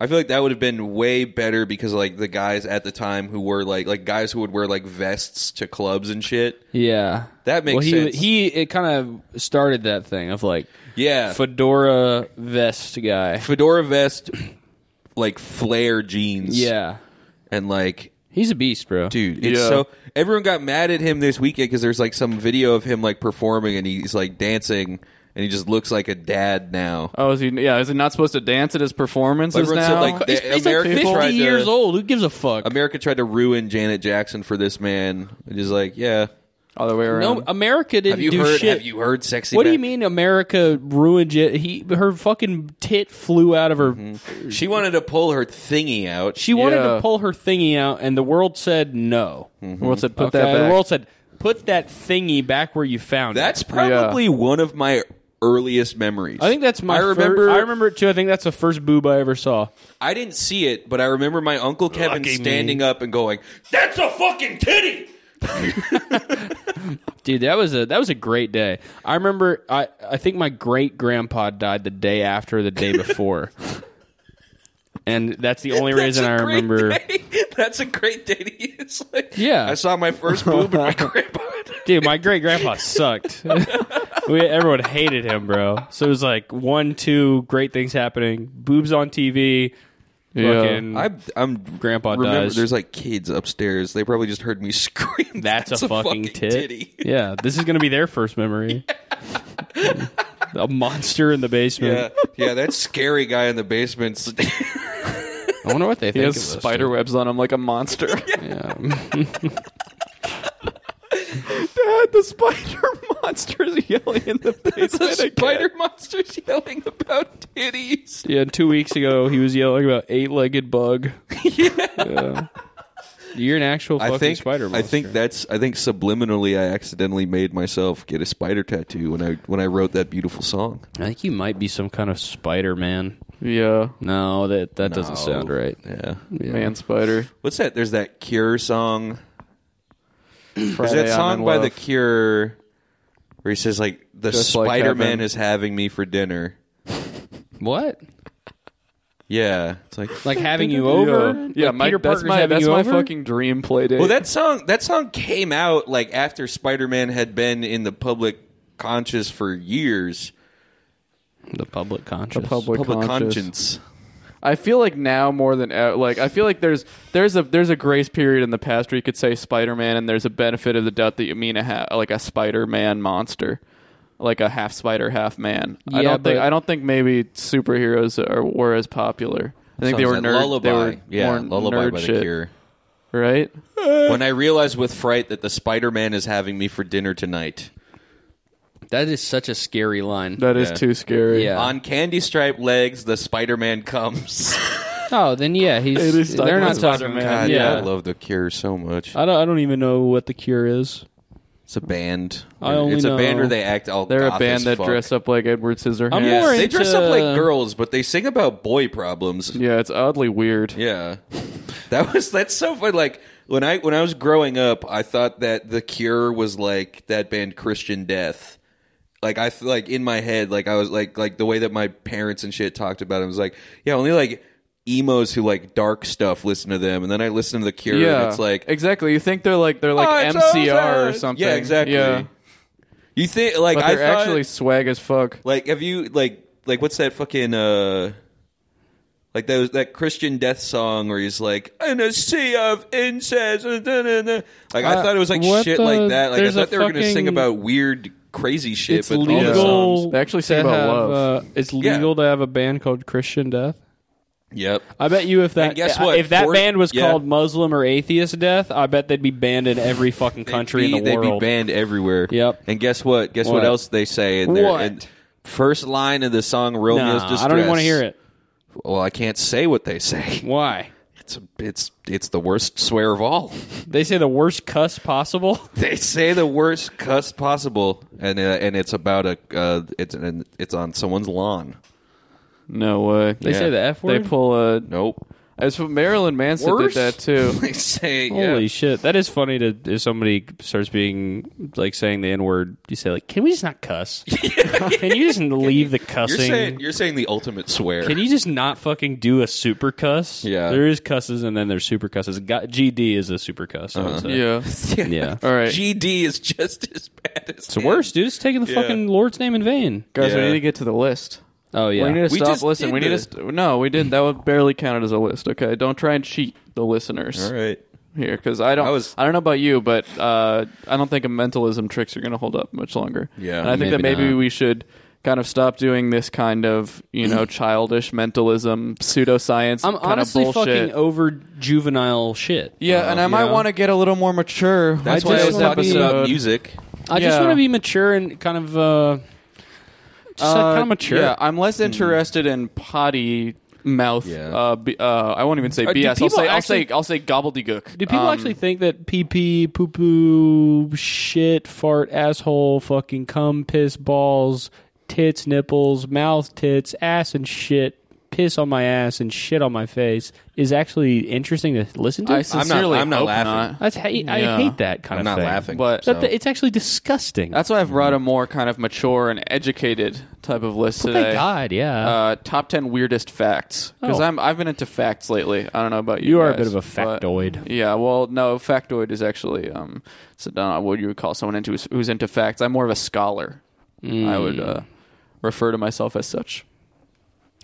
I feel like that would have been way better because like the guys at the time who were like like guys who would wear like vests to clubs and shit.
Yeah.
That makes
well, he,
sense.
He it kind of started that thing of like
Yeah.
fedora vest guy.
fedora vest like flare jeans.
Yeah.
And like
He's a beast, bro.
dude it's
Yeah.
so everyone got mad at him this weekend because there's like some video of him like performing and he's like dancing and he just looks like a dad now
Oh, is he? Yeah, is he not supposed to dance at his performances
Everyone said,
now?
like,
He's,
the
he's like
American
fifty
tried to-
years old. Who gives a fuck?
america tried to ruin janet jackson for this man and just like yeah
other way around.
No, America didn't
have you
do
heard
shit.
have you heard sexy
what do
back-
you mean America ruined it? He her fucking tit flew out of her.
Mm-hmm. she wanted to pull her thingy out
She wanted
Yeah.
to pull her thingy out, and the world said no.
Mm-hmm.
What's it? Put
Okay?
that
The
back.
world said, "Put that thingy back where you found it."
that's probably one of my earliest memories
I think that's my.
i
fir-
remember
I remember it too. I think that's the first boob I ever saw.
I didn't see it but i remember my uncle kevin
Lucky me.
standing up and going that's a fucking titty
Dude, that was a that was a great day. I remember. I I think my great grandpa died the day after, the day before, and that's the only reason I
That's a great
remember.
day. That's a great day to use. Like,
Yeah.
I saw my first boob in my grandpa.
Dude, my great grandpa sucked. we, everyone hated him, bro. So it was like one, two great things happening. Boobs on TV.
Yeah.
Fucking
I, I'm
Grandpa
remember,
dies.
There's like kids upstairs. They probably just heard me scream.
that's, a, fucking, tit.
titty.
Yeah, this is gonna be their first memory. a monster in the
Yeah,
basement.
yeah, that scary guy in the basement.
I wonder what they
He
think.
has
of this.
spider webs on him like a monster. Dad, the spider monster is yelling in the basement. again.
Spider monsters yelling about titties.
Yeah, two weeks ago he was yelling about eight-legged bug. yeah. you're an actual fucking
I think
spider.
I
Monster.
think that's I think subliminally I accidentally made myself get a spider tattoo when I when I wrote that beautiful song.
I think you might be some kind of Spider Man.
Yeah,
No, that that doesn't sound right.
Yeah.
man, spider.
What's that? There's that Cure song. There's
Friday,
that
I'm in
song by
love.
The Cure where he says like the
Just like
Spider Man
heaven.
is having me for dinner.
What?
Yeah, it's like
Like having you over?
Yeah,
Like
yeah my,
Peter
that's
Parker's
my
having
that's
you
my
over?
fucking dream play date.
well that song that song came out like after Spider Man had been in the public conscious for years.
the public conscious.
public,
Public
conscious.
conscience.
I feel like now more than ever, like I feel like there's there's a there's a grace period in the past where you could say Spider Man, and there's a benefit of the doubt that you mean a ha- like a Spider Man monster, like a half spider, half man. I
Yeah,
don't think
but-
I don't think maybe superheroes are were as popular. I think they were
Sounds
nerd.
like
they
lullaby.
were
yeah,
more
lullaby
nerd
by
shit,
The Cure.
right?
When I realized with fright that the Spider Man is having me for dinner tonight.
That is such a scary line.
That is
Yeah.
too scary.
Yeah.
On candy striped legs, the Spider Man comes.
oh, then yeah,
It
he's
is
they're not
talking about
talking
Spider-Man.
God,
about
yeah. I
yeah.
love The Cure so much.
I don't I don't even know what the cure is.
It's a band.
I only
it's
know-
a band where they act all.
They're a
goth
band
as
that
fuck.
dress up like Edward Scissorhands.
I'm
Yes,
more
they dress up like
into-
girls, but they sing about boy problems. Yeah,
yeah, it's oddly weird.
that was that's so fun. Like when I when I was growing up, I thought that The Cure was like that band Christian Death. Like I th- like in my head, like I was like like the way that my parents and shit talked about it was like yeah, only like emos who like dark stuff listen to them, and then I listen to The Cure, and it's like
exactly. You think they're like they're like
"Oh, it's
MCR
over."
or something.
Yeah, exactly.
Yeah.
You think like
But
I
they're
thought-
actually swag as fuck.
Like, have you like like what's that fucking uh like that that Christian death song where he's like in a sea of incest? uh, da, da, da." Like I
Uh,
thought it was like
what
shit
the-
like that. Like I
there's a
thought they were gonna sing
fucking-
about weird crazy shit.
It's
but all the
legal.
songs-
They actually sing
to
about
have,
love.
Uh, it's legal to have a band called Christian Death.
Yep.
I bet you if that
And guess what?
if that
Four-
band was
yeah.
called Muslim or Atheist Death, I bet they'd be banned in every fucking country
Be-
in the
they'd
world.
be banned everywhere.
Yep.
And guess what? Guess what,
What?
else they say in their
What?
in- first line of the song "Romeo's
Nah,
Distress."
I don't even want to hear it.
Well, I can't say what they say.
Why?
It's it's it's the worst swear of all.
They say the worst cuss possible.
they say the worst cuss possible, and uh, and it's about a uh, it's an, it's on someone's lawn.
No way.
They say the F word.
They pull a.
Nope.
As for Marilyn Manson
Worse?
did that too.
They say
Holy
yeah.
shit, that is funny to if somebody starts being like saying the n word. You say like, can we just not cuss? can you just leave the
You're
cussing?
saying you're saying the ultimate swear.
Can you just not fucking do a super cuss?
Yeah.
There is cusses and then there's super cusses. Go- GD is a super cuss. I
Uh-huh.
would
Yeah.
say. Yeah.
All right,
GD is just as bad as
It's worse, dude. It's taking the fucking Lord's name in vain.
guys, we
Yeah.
need to get to the list.
Oh, yeah.
We need to
We
stop
just did
listening. We need to
this.
st- no, we didn't. That would barely count as a list. Okay, don't try and cheat the listeners
All right.
here because I don't. I,
I was-
don't know about you, but uh, I don't think a mentalism tricks are going to hold up much longer.
Yeah,
and I think that
maybe
maybe
not.
we should kind of stop doing this kind of you know childish mentalism pseudoscience.
I'm
kind
honestly
of bullshit.
fucking over juvenile shit. Uh,
yeah, and I might
know?
want to get a little more mature.
Uh, That's
with
why I
this
was talking
episode.
about music.
I just
Yeah.
want to be mature and kind of uh, just like,
Uh,
kind of mature.
Yeah, I'm less interested in potty mouth.
Mm. Yeah.
Uh, b- uh, I won't even say
do
BS. I'll
people
say,
actually-
I'll say I'll say gobbledygook.
Do people
Um,
actually think that pee pee, poo poo, shit, fart, asshole, fucking cum, piss, balls, tits, nipples, mouth, tits, ass, and shit, piss on my ass and shit on my face is actually interesting to listen to?
I sincerely
I'm not
hope
laughing.
not.
That's ha-
Yeah.
I hate that
I'm
kind of
not
thing.
laughing.
But-
so.
That- that- It's actually disgusting.
That's why I've brought a more kind of mature and educated type of list
oh
today.
my god, yeah.
Uh, top ten weirdest facts because
Oh.
I'm I've been into facts lately. I don't know about you.
you are a
guys,
bit of a
but-
factoid.
Yeah, well, no, factoid is actually um, so not what you would call someone into who's into facts. I'm more of a scholar. I would
Hmm.
uh, refer to myself as such.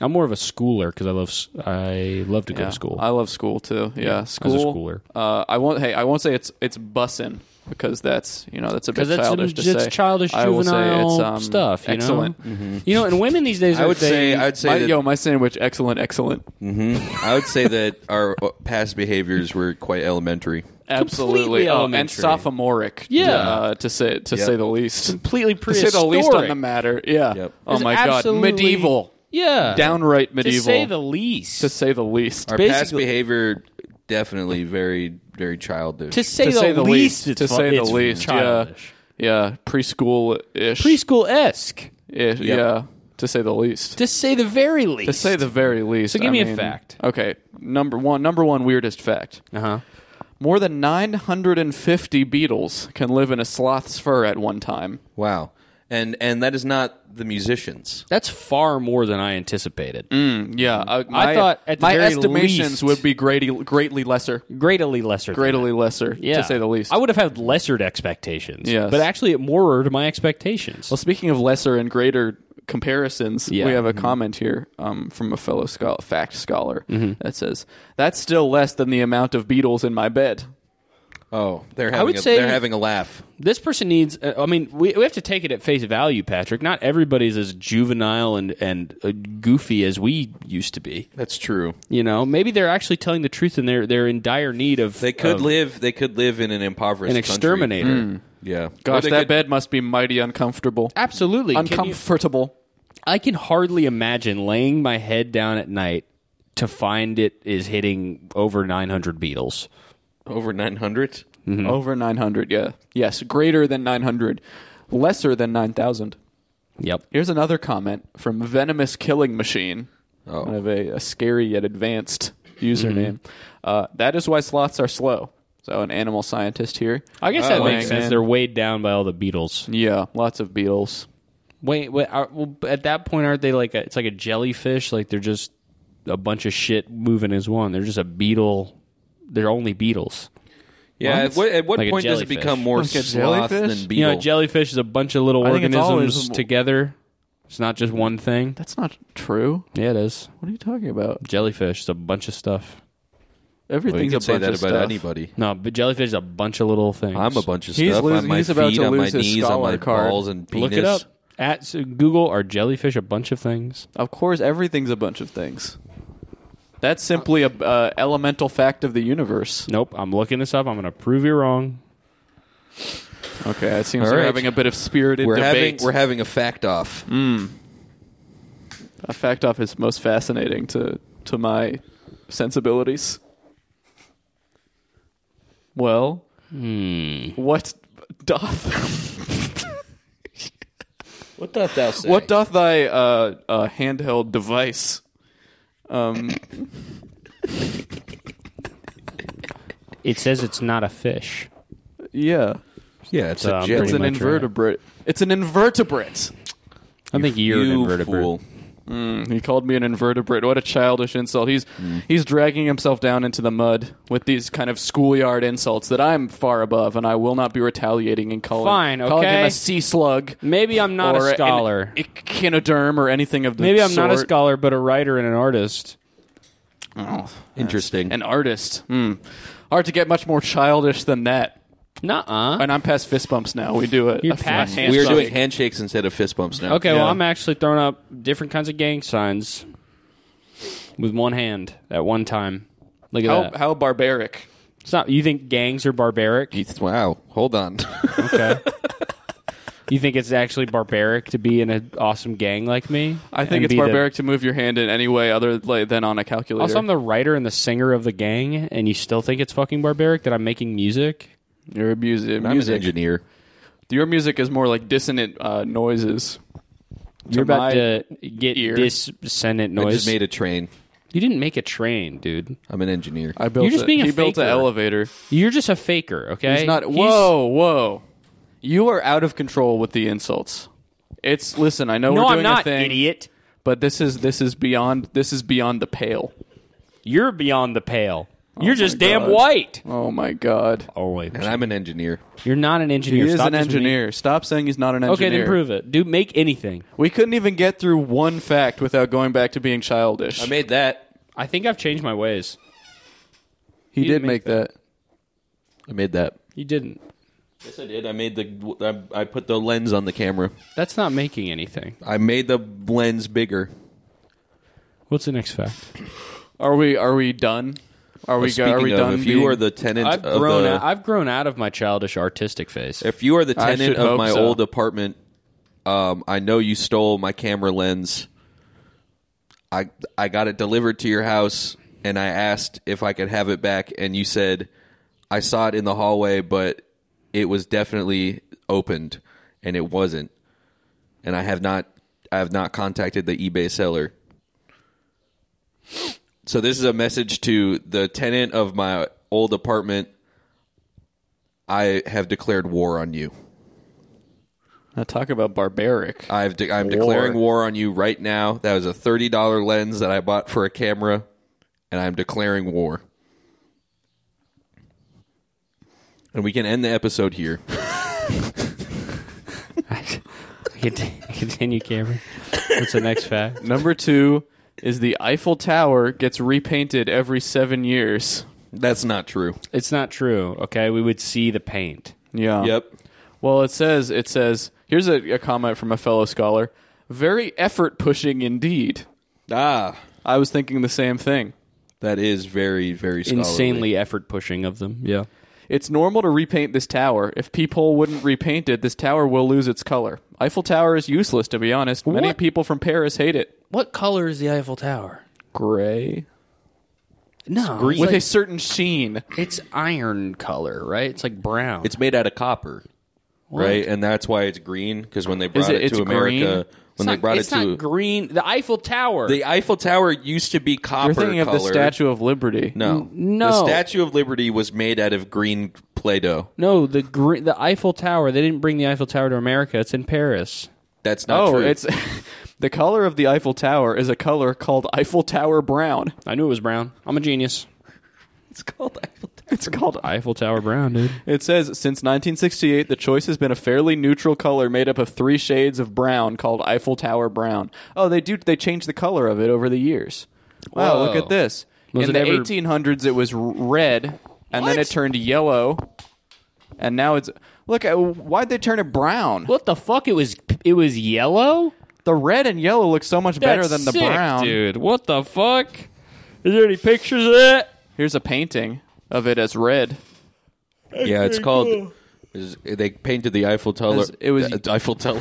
I'm more of a schooler because I love s- I love to go
Yeah.
to school.
I love school too. Yeah, school.
schooler.
Uh, I won't. Hey, I won't say it's it's bussin because that's you know that's a bit
'Cause that's some-
childish
it's,
to say.
childish,
I will say
juvenile
it's, um,
stuff. You
excellent.
know, Mm-hmm. you know, and women these days.
I
are
would say
saying-
I'd say
My,
that,
yo, my sandwich, excellent, excellent,
I would say that our uh, past behaviors were quite elementary.
absolutely, Oh, and
elementary.
sophomoric.
Yeah.
uh, to say to say the least,
completely
to say
prehistoric.
the least on the matter. Yeah.
Yep.
Oh
It's
my god,
absolutely-
medieval,
yeah,
downright
to
medieval.
say the least.
To say the least.
Our past
Basically-
behavior definitely very very childish.
to say
to
the,
say the least,
least, it's
to
fu-
say the
it's
least,
childish.
yeah, yeah, preschool ish,
preschool esque.
yeah, to say the least.
To say the very least.
To say the very least.
So give
I
me a
mean-
fact.
Okay, number one, number one weirdest fact:
uh huh.
more than 950 beetles can live in a sloth's fur at one time.
wow. And and that is not the musicians.
That's far more than I anticipated.
Yeah, uh, my-
Mm. thought at the
my
very
estimations
least-
would be greatly, greatly lesser,
Greatly lesser. than
greatly lesser,
that. yeah.
to say the least.
I would have had lessered expectations.
Yes.
But actually, it mirrored my expectations.
Well, speaking of lesser and greater comparisons,
Yeah. Mm-hmm.
we have a comment here um, from a fellow schol fact scholar
Mm-hmm.
that says that's still less than the amount of beetles in my bed.
Oh, they're having
would
a,
say-
they're having a laugh.
this person needs uh, i mean we, we have to take it at face value patrick not everybody's as juvenile and, and uh, goofy as we used to be
That's true.
you know maybe they're actually telling the truth and they're they're in dire need of
They could
of
Um,
live they could live in an impoverished
an
country.
exterminator
Hmm.
Yeah.
Gosh,
Or they
that
could-
bed must be mighty uncomfortable,
absolutely Can you-
uncomfortable.
i can hardly imagine laying my head down at night to find it is hitting over 900 beetles
over 900.
Mm-hmm.
Over 900, yeah. Yes, greater than 900, lesser than 9,000.
yep
Here's another comment from Venomous Killing Machine. Oh. Kind of a, a scary yet advanced username. Uh, that is why sloths are slow. So, an animal scientist here.
i guess that
Oh,
makes
man.
sense they're weighed down by all the beetles
Yeah, lots of beetles.
Wait, wait are, well, at that point, aren't they like a, it's like a jellyfish? Like they're just a bunch of shit moving as one. They're just a beetle. They're only beetles.
Yeah, at what, at what
Like a
point does it
jellyfish.
become more
Like a
sloth than
jellyfish?
beetle?
You know, jellyfish is a bunch of little
I think it's
organisms
always-
together. It's not just one thing.
That's not true.
Yeah, it is.
What are you talking about?
Jellyfish is a bunch of stuff.
Well,
Everything's
you
a
could
bunch
say that
of
about
stuff.
anybody.
No, but jellyfish is a bunch of little things.
I'm a bunch of
He's
stuff.
losing-
on my
he's about
feet,
to
on my
lose his
knees, on my
scholar card.
balls and penis.
Look it up. At so Google, are jellyfish a bunch of things?
Of course, everything's a bunch of things. That's simply a uh, elemental fact of the universe.
Nope, I'm looking this up. I'm going to prove you wrong.
Okay, it seems
All
we're
right.
having a bit of spirited
We're having
debate.
we're having a fact off.
Hmm? a fact off is most fascinating to to my sensibilities. Well,
Hmm.
what doth
What doth thou say?
what doth thy uh, uh, handheld device? Um,
It says it's not a fish.
yeah,
Yeah, it's
So
a
I'm
jet.
Um, it's an
much right.
invertebrate. It's an invertebrate.
I think you're an
You
invertebrate.
fool.
He called me an invertebrate. What a childish insult. He's
Hmm.
he's dragging himself down into the mud with these kind of schoolyard insults that I'm far above, and I will not be retaliating and calling
Fine,
calling him
okay.
a sea slug
Maybe I'm not
or
a
an
scholar.
echinoderm or anything of the
Maybe I'm not a
sort.
scholar, but a writer and an artist.
Interesting.
An artist. Hmm. Hard to get much more childish than that.
Nuh-uh.
And I'm past fist bumps now. We do it.
You're
A fun
past
hand
we are
bump.
doing handshakes instead of fist bumps now.
Okay,
Yeah.
well, I'm actually throwing up different kinds of gang signs with one hand at one time. Look at
How,
that.
how barbaric.
it's not. You think gangs are barbaric?
Heath, Wow. Hold on.
Okay. you think it's actually barbaric to be in an awesome gang like me?
I think
And
it's
be the-
barbaric to move your hand in any way other like, than on a calculator.
also, I'm the writer and the singer of the gang, and you still think it's fucking barbaric that I'm making music?
You're abusing
I'm an
music.
engineer.
Your music is more like dissonant uh, noises.
You're
my
about to get
ear.
dissonant
I
noise.
just made a train.
you didn't make a train, dude.
I'm an engineer.
I built.
You're just
a-
being a
he built an
faker.
elevator.
You're just a faker, okay?
It's not.
He's-
Whoa, whoa! You are out of control with the insults. It's listen. I know
No,
we're doing
I'm not,
a thing,
idiot.
but this is this is beyond this is beyond the pale.
You're beyond the pale. You're just
Oh my
damn
God.
white.
Oh my god!
Only
and I'm an engineer.
you're not an
He
engineer.
is
Stop
an
just
engineer. Stop saying he's not an
making-
engineer.
Okay, then prove it. Dude, make anything.
We couldn't even get through one fact without going back to being childish.
I made that.
I think I've changed my ways.
he, did
didn't
make,
make
that.
I made that.
You didn't.
Yes, I did. I made the. I, I put the lens on the camera.
That's not making anything.
I made the lens bigger.
What's the next fact?
Are we are we done? Are we go,
Speaking
are we
of,
done?
if
being-
you are the tenant
I've
of
grown.
the,
out, Uh, I've grown out of my childish artistic phase.
if you are the
I should
tenant of
hope
my
so.
old apartment, um, I know you stole my camera lens. I I got it delivered to your house, and I asked if I could have it back, and you said I saw it in the hallway, but it was definitely opened, and it wasn't. And I have not I have not contacted the eBay seller. So this is a message to the tenant of my old apartment. I have declared war on you.
Now talk about barbaric.
I've de- I'm declaring war on you right now. That was a thirty dollar lens that I bought for a camera, and I'm declaring war. And we can end the episode here.
Continue, Cameron. What's the next fact?
Number two is the Eiffel Tower gets repainted every seven years.
That's not true.
It's not true. Okay, we would see the paint.
Yeah.
Yep.
Well, it says it says here's a, a comment from a fellow scholar. Very effort pushing indeed.
Ah,
I was thinking the same thing.
that is very very scholarly.
Insanely effort pushing of them. Yeah.
It's normal to repaint this tower. If people wouldn't repaint it, this tower will lose its color. Eiffel Tower is useless, to be honest. Many
What?
people from Paris hate it.
What color is the Eiffel Tower?
Gray.
No, it's,
With a
like-
certain sheen.
it's iron color, right? It's like brown.
It's made out of copper, right? And that's why it's green because when they brought
it-
it,
it's
to America,
green?
when
It's
they
not-
brought it
it's not
to
green. The Eiffel Tower.
the Eiffel Tower used to be copper.
You're thinking of the
colored.
Statue of Liberty.
No,
no.
The Statue of Liberty was made out of green play-doh.
no, the green, the Eiffel Tower. They didn't bring the Eiffel Tower to America. It's in Paris.
That's not
Oh,
true.
it's the color of the Eiffel Tower is a color called Eiffel Tower brown.
I knew it was brown. I'm a genius.
it's called Eiffel Tower.
It's called.
Eiffel Tower brown, dude.
It says since 1968, the choice has been a fairly neutral color made up of three shades of brown called Eiffel Tower brown. Oh, they do. They changed the color of it over the years. Wow,
Whoa.
look at this.
Was
In
it
the
ever-
1800s, it was r- red, and then it turned yellow, and now it's look. at- Why'd they turn it brown?
What the fuck? It was it was yellow.
The red and yellow look so much better
That's
than the
sick,
brown.
dude. What the fuck? Is there any pictures of that?
Here's a painting of it as red.
Yeah, it's called. is- They painted the Eiffel Tower.
It was-
the Eiffel Tower,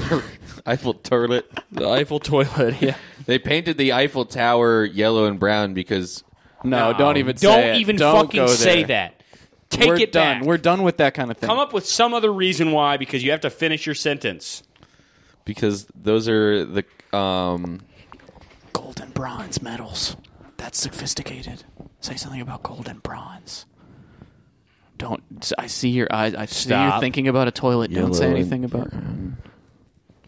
Eiffel Turlet.
The Eiffel toilet. Yeah.
They painted the Eiffel Tower yellow and brown because
No, don't even
Don't
say it.
even
Don't
fucking
go there.
say that. Take
We're
it
done.
back.
We're done with that kind of thing.
Come up with some other reason why because you have to finish your sentence.
because those are the um
gold and bronze medals. That's sophisticated. Say something about gold and bronze. Don't. I see your eyes. I see you
Stop.
thinking about a toilet. Don't say
Yellow
anything about.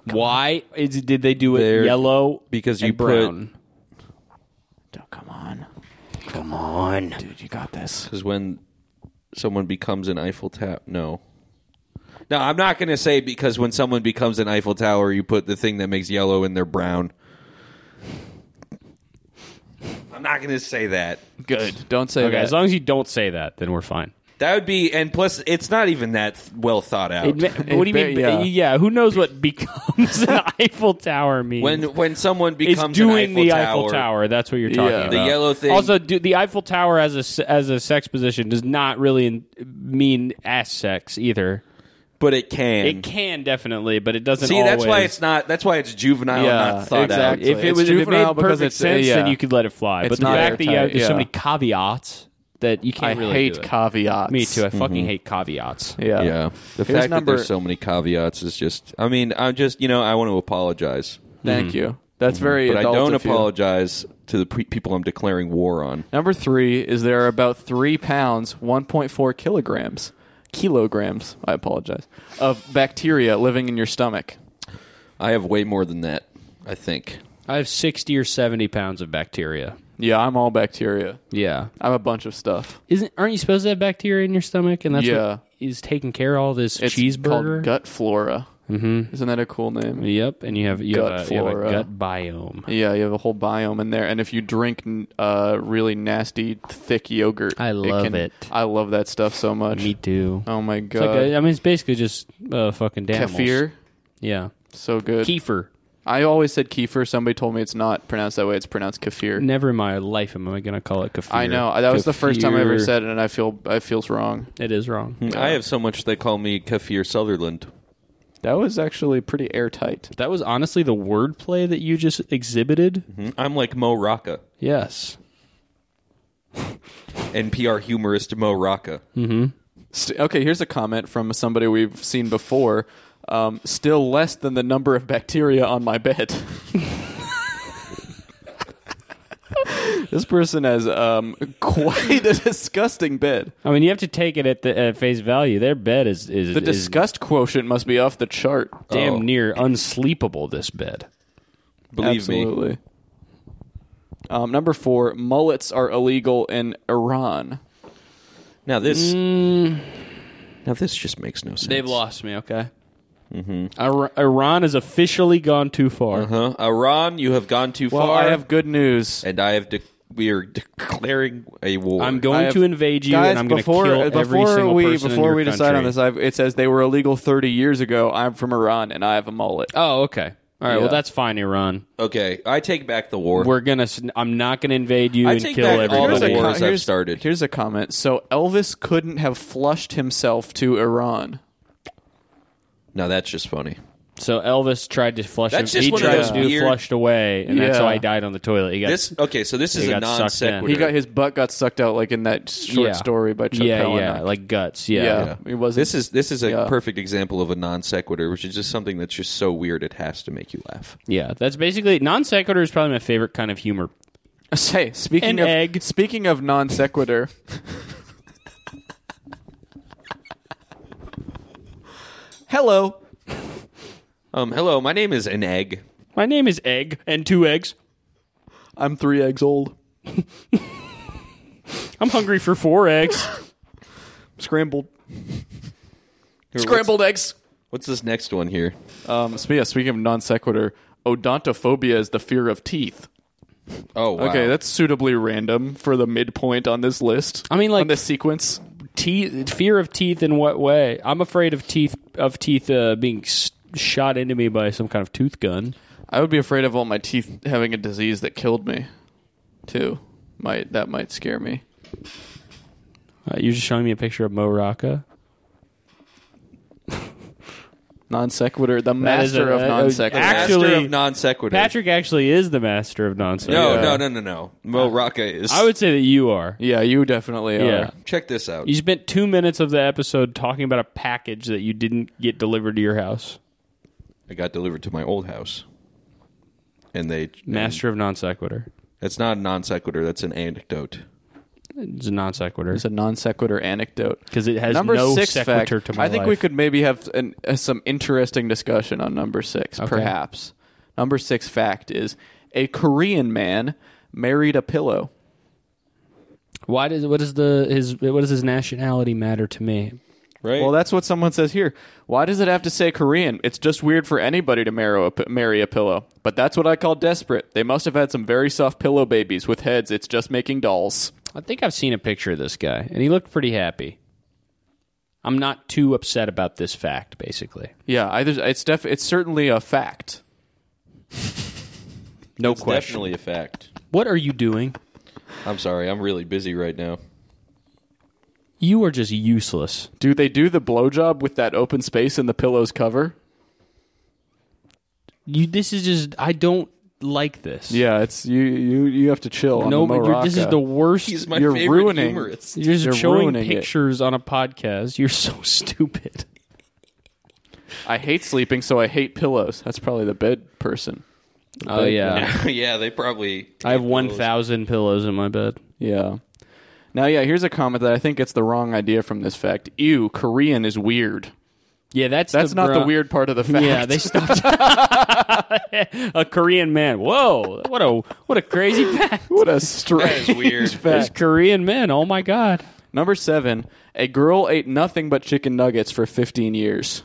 Why is, did they do it
They're-
yellow
because
and
you put-
brown?
Don't, come on,
Come on.
dude. You got this.
because when someone becomes an Eiffel Tower, no. No, I'm not going to say because when someone becomes an Eiffel Tower, you put the thing that makes yellow in their brown. I'm not going to say that.
Good. Don't say
Okay,
that.
as long as you don't say that, then we're fine.
That would be, and plus, it's not even that th- well thought out.
what do you
ba-
mean?
yeah.
Yeah. who knows what becomes an Eiffel Tower means?
when when someone
it's
becomes an
doing
Eiffel
the
Tower,
Eiffel Tower. That's what you're talking
Yeah.
about.
The
yellow thing-
Also, do, the Eiffel Tower as a s- as a sex position does not really in, mean ass sex either.
but it can.
It can definitely, but it doesn't.
See, that's why
always-
it's not. That's why it's juvenile,
Yeah,
not thought
exactly.
out.
If it
It's
was if it made
juvenile because
perfect
it's a-
sense,
yeah.
then you could let it fly.
It's
but the
not
fact that you have
airtight,
there's so
yeah.
many caveats that you
I
can't really
hate
do it.
caveats.
Me too. I fucking hate caveats.
Mm-hmm. Yeah.
Yeah, the
Here's
fact that
number.
there's so many caveats is just. I mean, I'm just. You know, I want to apologize.
Thank you. That's very.
but I
adult
don't
of you.
apologize to the pre- people I'm declaring war on.
Number three is there are about three pounds, 1.4 kilograms, kilograms, I apologize, of bacteria living in your stomach.
I have way more than that. I think.
I have sixty or seventy pounds of bacteria.
Yeah, I'm all bacteria.
Yeah.
I'm a bunch of stuff.
Isn't aren't you supposed to have bacteria in your stomach? And that's
Yeah.
what is taking care of all this
It's
cheeseburger.
called gut flora. Mm-hmm. Isn't that a cool name?
Yep, and you have you,
Gut
have a, you have a
flora.
gut biome.
Yeah, you have a whole biome in there, and if you drink n- uh, really nasty, thick yogurt,
I love
can-
it.
I love that stuff so much.
Me too.
Oh my
It's like
god,
a- I mean, it's basically just uh, fucking damals.
kefir,
Yeah.
so good.
Kefir.
I always said kefir. Somebody told me it's not pronounced that way. It's pronounced kefir.
Never in my life am I going to call it kefir.
I know that was the first time I ever
Kefir.
said Hmm. it, and I feel I feels wrong.
It is wrong.
I have so much they call me Kafir Sutherland.
That was actually pretty airtight.
That was honestly the wordplay that you just exhibited.
Mm-hmm.
Hmm? I'm like Mo Rocca,
Yes.
NPR humorist Mo Rocca.
St- okay, here's a comment from somebody we've seen before. Um, still less than the number of bacteria on my bed. this person has um, quite a disgusting bed.
I mean, you have to take it at the at face value. Their bed is is,
The
is
disgust quotient must be off the chart.
damn
Oh.
near unsleepable. This bed.
Believe me.
Absolutely. Um, number four, mullets are illegal in Iran.
Now this. Now this just makes no sense.
They've lost me. Okay. Mm-hmm. Iran has officially gone too far.
Huh? Uh-huh. Iran, you have gone too
Well,
far.
I have good news.
and I have. De- we are declaring a war.
I'm going
I have-
to invade you,
Guys,
and I'm going to
before,
kill
before
every single
we,
person in
Before
your
we decide on
country.
this, I've, it says they were illegal 30 years ago. I'm from Iran and I have a mullet.
Oh, okay. All right.
Yeah.
Well, that's fine, Iran.
Okay, I take back the war.
We're gonna. s- I'm not gonna invade you
I
and
take
kill
back all
everybody.
the
a
wars
com-
I've
here's-
started.
Here's a comment. So Elvis couldn't have flushed himself to Iran.
now that's just funny.
So Elvis tried to flush.
That's
him.
just
he
one of
tried
those
to do
weird-
flushed away, and that's
Yeah.
how I died on the toilet. He got
This okay, so this is a
got
non
sucked in.
sequitur.
He got his butt got sucked out like in that short
Yeah.
story by Chuck
yeah,
Palahniuk.
yeah, like guts. Yeah.
Yeah.
Yeah.
It wasn't-
This is this is a
Yeah.
perfect example of a non sequitur, which is just something that's just so weird it has to make you laugh.
Yeah, That's basically non sequitur is probably my favorite kind of humor.
Say, speaking
An
of
egg.
speaking of non sequitur. Hello.
Um, hello, my name is an egg.
My name is Egg and two eggs.
I'm 3 eggs old.
I'm hungry for four eggs.
Scrambled.
Here,
Scrambled eggs.
What's, what's this next one here?
Um, so yeah, speaking of non sequitur, odontophobia is the fear of teeth.
Oh, wow.
Okay, that's suitably random for the midpoint on this list.
I mean, like-
on this sequence.
teeth. Fear of teeth in what way? I'm afraid of teeth of teeth uh, being s- shot into me by some kind of tooth gun.
I would be afraid of all my teeth having a disease that killed me, too. might that might scare me.
Uh, you're just showing me a picture of Mo Rocca.
Non sequitur, the
That is
master
a-
of
a-
non sequitur.
act-
Master
Actually-
of non sequitur.
Patrick actually is the master of non
No, no, no, no, no. Mo Rocca is.
I would say that you are.
Yeah, you definitely are.
Yeah.
check this out.
You spent two minutes of the episode talking about a package that you didn't get delivered to your house.
I got delivered to my old house, and they.
Mm.
Master of non sequitur.
That's not a non sequitur. That's an anecdote.
It's a non sequitur
It's a non sequitur anecdote.
because it has
number
no
six
sequitur
fact.
to my
I think
life.
we could maybe have an, uh, some interesting discussion on number six, perhaps. Number six fact is a Korean man married a pillow.
Why does what is the his what does his nationality matter to me?
Right.
Well, that's what someone says here. Why does it have to say Korean? It's just weird for anybody to marry a, p- marry a pillow. But that's what I call desperate. They must have had some very soft pillow babies with heads. It's just making dolls.
I think I've seen a picture of this guy, and he looked pretty happy. I'm not too upset about this fact, basically.
Yeah, I, there's- it's def, it's certainly a fact.
No
it's
question.
definitely a fact.
What are you doing?
I'm sorry. I'm really busy right now.
You are just useless.
Do they do the blowjob with that open space in the pillow's cover?
You. This is just. I don't like this.
Yeah, it's you. You you have to chill. on
No,
the
but you're- this is
Morocco.
the worst.
He's my
You're
favorite
ruining-
humorist.
you're just
you're
showing
ruining it.
pictures on a podcast. You're so stupid.
I hate sleeping, so I hate pillows. That's probably the bed person.
Oh yeah.
yeah, they probably.
I have one thousand pillows in my bed.
Yeah. Now, yeah, here's a comment that I think gets the wrong idea from this fact. Ew, Korean is weird.
Yeah, that's
That's not
bro-
the weird part of the fact.
Yeah, they stopped. a Korean man. Whoa! What a what a crazy fact.
what a strange
weird.
There's
fact.
Korean men. Oh my god.
Number seven: A girl ate nothing but chicken nuggets for 15 years.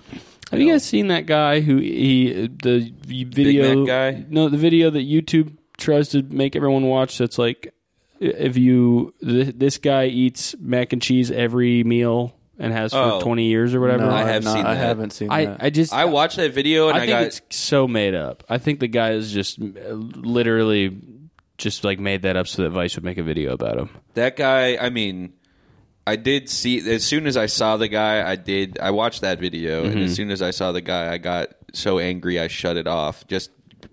Have you guys seen that guy who he the video
Mac guy?
No, the video that YouTube tries to make everyone watch. That's like if you th- this guy eats mac and cheese every meal and has for
Oh.
20 years or whatever.
No,
I
I've
have
not-
seen
I
that.
haven't seen
I,
that.
I just
I watched that video and I,
I think
got.
it's so made up. I think the guy is just uh, literally just like made that up so that Vice would make a video about him.
That guy, I mean, I did see as soon as I saw the guy, I did I watched that video and as soon as I saw the guy, I got so angry I shut it off just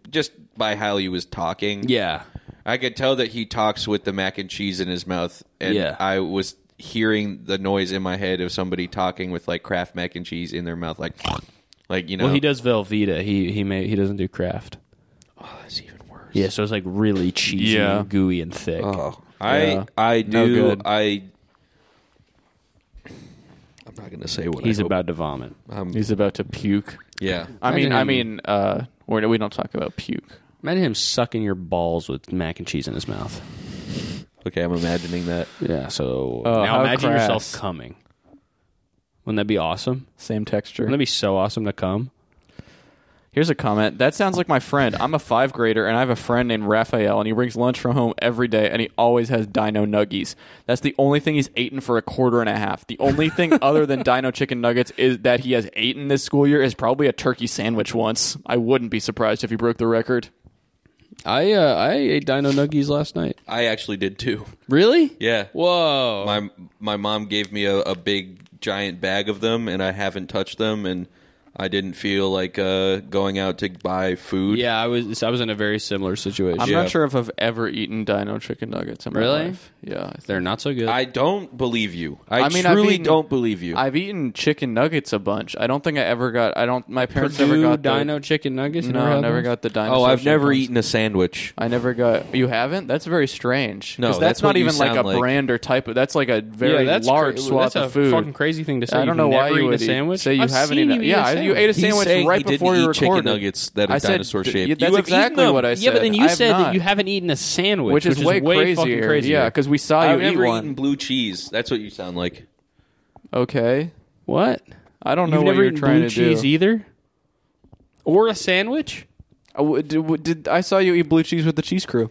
just by how he was talking.
Yeah.
I could tell that he talks with the mac and cheese in his mouth and
Yeah.
I was hearing the noise in my head of somebody talking with like Kraft mac and cheese in their mouth like like you know
Well, he does Velveeta. He he may, he doesn't do Kraft.
that's even worse.
Yeah, so it's like really cheesy,
Yeah.
and gooey, and thick.
Oh, I
Yeah.
I
No
do
good.
I I'm not going to say what
He's
I hope-
about to vomit.
He's about to puke.
Yeah.
I mean, I
didn't-
mean, uh, we're, we don't talk about puke.
Imagine him sucking your balls with mac and cheese in his mouth.
Okay, I'm imagining that.
Yeah, so
Oh,
now
how
imagine
crass.
yourself coming. Wouldn't that be awesome?
Same texture.
Wouldn't that be so awesome to come?
Here's a comment. That sounds like my friend. I'm a five grader, and I have a friend named Raphael, and he brings lunch from home every day, and he always has dino nuggies. That's the only thing he's eaten for a quarter and a half. The only thing other than dino chicken nuggets is that he has eaten this school year is probably a turkey sandwich once. I wouldn't be surprised if he broke the record.
I uh, I ate Dino Nuggies last night.
I actually did too.
Really?
Yeah.
Whoa.
My my mom gave me a, a big giant bag of them, and I haven't touched them, and I didn't feel like uh, going out to buy food.
Yeah, I was I was in a very similar situation.
I'm
Yeah.
not sure if I've ever eaten dino chicken nuggets in my
Really?
life. Yeah. I
They're not so good.
I don't believe you. I,
I mean, I've
truly
eaten-
don't believe you.
I've eaten chicken nuggets a bunch. I don't think I ever got. I don't. My parents
Purdue
never got
Dino
The,
chicken nuggets. You
no, I
had
never
those?
got the dinosaur.
oh, I've never
chicken.
eaten a sandwich.
I never got. You haven't? That's very strange. 'Cause
No,
that's,
that's
not
what you
even like a
sound like.
brand or type of. That's like a
Yeah,
very
that's
large
cra-
swath
that's
of
a
food.
fucking crazy thing to say.
I
You've
don't know why
never
you
eaten
would
a
eat-
sandwich.
say you
I've
haven't
seen
eaten.
you
yeah,
eat a
I- you ate a
sandwich.
He's
sandwich
saying
right
he didn't
before you
eat chicken
recorded.
nuggets that are
I said,
dinosaur
d-
shaped.
yeah,
You
that's
have
exactly
eaten
what
them.
I said.
Yeah, but then
I
you
have
said that
not,
you haven't eaten a sandwich,
which, is, way,
way fucking
crazier.
crazier.
Yeah, because we saw
I've
you eat
never
one.
eaten blue cheese. That's what you sound like.
okay,
what?
I don't know
You've
what
never
you're
eaten
trying
blue
to
cheese
do.
either, or a sandwich.
I Uh, w- did, w- did- I saw you eat blue cheese with the cheese crew?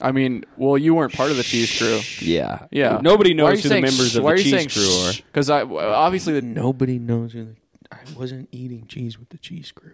I mean, well, you weren't part of the cheese crew.
Yeah,
Yeah,
nobody
Why are
knows
you
who the
saying
members
shh?
of
Why
the
are you
cheese
saying
crew are.
Because I obviously the
Nobody knows. I wasn't eating cheese with the cheese crew.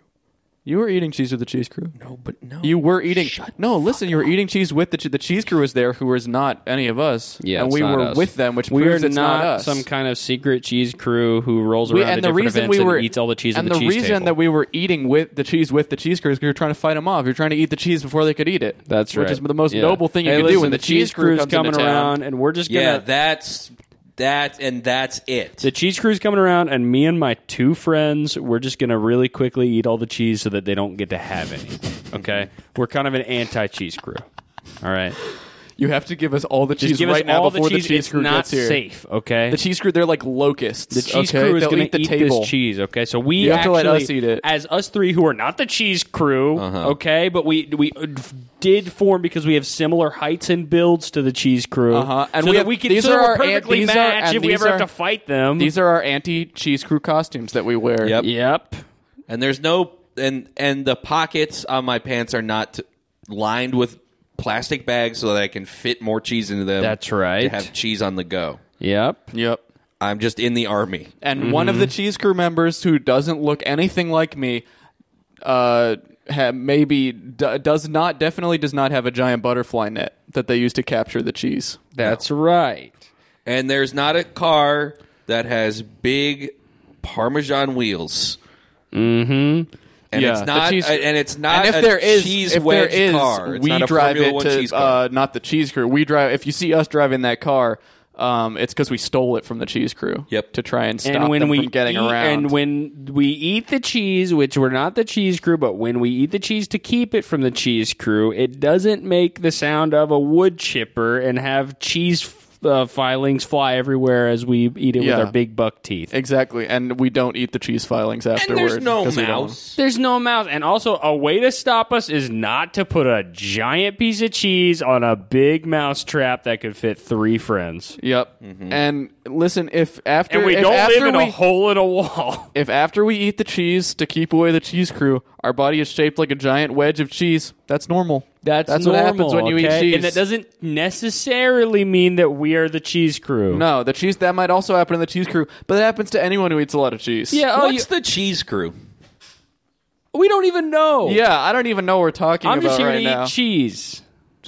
You were eating cheese with the cheese crew.
No, but no.
You were eating. no, listen. You were eating cheese with the che- the cheese crew was there, who was not any of us.
Yeah,
and
it's
we
not
were
us.
with them, which
we
proves
are
it's
not,
not, us.
some kind of secret cheese crew who rolls
we,
around to
and the
different
reason
events
we were
and eats all the cheese
and
at the, cheese
reason
table.
that we were eating with the cheese with the cheese crew is 'cause we were trying to fight them off. You're trying to eat the cheese before they could eat it.
That's right.
Which is the most
Yeah.
noble thing you
Hey,
can do
listen,
when the, cheese crew
crew's
comes
coming
into town.
around, and we're just gonna
Yeah, that's that, and that's it.
the cheese crew's coming around, and me and my two friends, we're just gonna really quickly eat all the cheese so that they don't get to have any. Okay, we're kind of an anti-cheese crew. All right,
You have to give us all the
just
cheese
give
right
us
now
all
before
the cheese. it's
crew
not
gets here.
safe. Okay,
The cheese crew, they're like locusts.
The cheese
okay?
crew is
They'll
going
eat the
to eat
table.
this cheese. Okay, so we
You have to
actually,
let us eat it. Uh-huh.
as us three who are not the cheese crew. Okay, but we we uh, f- did form because we have similar heights and builds to the cheese crew.
Uh-huh. And
so
we
that
have-
we can
these
so that
are
we're
our- and
perfectly
these are-
matched
and
if we
these
ever
are-
have to fight them.
These are our anti cheese crew costumes that we wear.
Yep.
yep.
and there's no and and the pockets on my pants are not lined with plastic bags so that I can fit more cheese into them.
That's right.
To have cheese on the go.
Yep.
Yep.
I'm just in the army.
And one of the
Mm-hmm.
cheese crew members who doesn't look anything like me, uh, ha- maybe d- does not definitely does not have a giant butterfly net that they use to capture the cheese.
That's right.
And there's not a car that has big parmesan wheels. Mm-hmm. And
Yeah,
it's
the
not
cheese-
and it's not
And if
a
there is,
cheese
if there
wedge
is,
car. It's
we
not a
drive
Formula
it
One
to
cheese car.
Uh, not the cheese crew. We drive. If you see us driving that car, um, it's because we stole it from the cheese crew.
Yep.
To try and stop
and when
them
we
from getting
eat-
around.
and when we eat the cheese, which we're not the cheese crew, but when we eat the cheese to keep it from the cheese crew, it doesn't make the sound of a wood chipper and have cheese f- uh, filings fly everywhere as we eat it
Yeah.
with our big buck teeth.
exactly, and we don't eat the cheese filings
and
afterward.
there's no
'cause we don't-
mouse.
There's no mouth, and also a way to stop us is not to put a giant piece of cheese on a big mouse trap that could fit three friends.
Yep. And listen, if after
And we
if
don't
after
live in
we,
a hole in a wall.
if after we eat the cheese to keep away the cheese crew, our body is shaped like a giant wedge of cheese, that's normal. that's what happens
normal,
when you
okay?
eat cheese.
And that doesn't necessarily mean that we are the cheese crew.
no, the cheese that might also happen to the cheese crew, but that happens to anyone who eats a lot of cheese.
Yeah, oh,
What's the cheese crew?
you- we don't even know.
yeah. I don't even know what we're talking
I'm
about
just here
right
to
now.
eat cheese.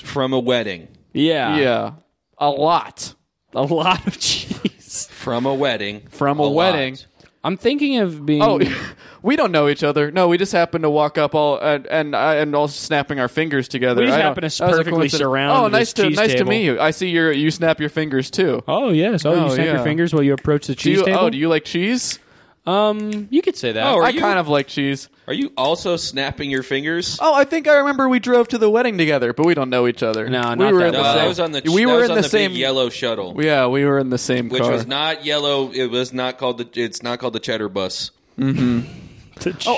From a wedding.
Yeah.
yeah, a lot
A lot of cheese.
From a wedding.
from a,
lot.
wedding.
I'm thinking of being.
Oh, we don't know each other. No, we just happen to walk up all and and, I and all snapping our fingers together.
We just
I don't-
happen to
that was a
perfectly
coincidence.
surround
Oh,
this
nice to
cheese
nice to
table.
meet you. I see your you snap your fingers too.
Oh, yes. Oh,
Oh,
you snap
yeah.
your fingers while you approach the
Do
cheese
you,
table.
oh, do you like cheese?
Um, you could say that.
Oh, are
I
you-
kind of like cheese.
Are you also snapping your fingers?
Oh, I think I remember we drove to the wedding together, but we don't know each other.
No,
we
not
were
that
in the
No,
well.
same.
that was on the.
we
that
were
was
in
on
the,
the,
same
big yellow shuttle,
Yeah, we were in the same
which
car.
was not yellow. It was not called the. It's not called the cheddar bus.
oh,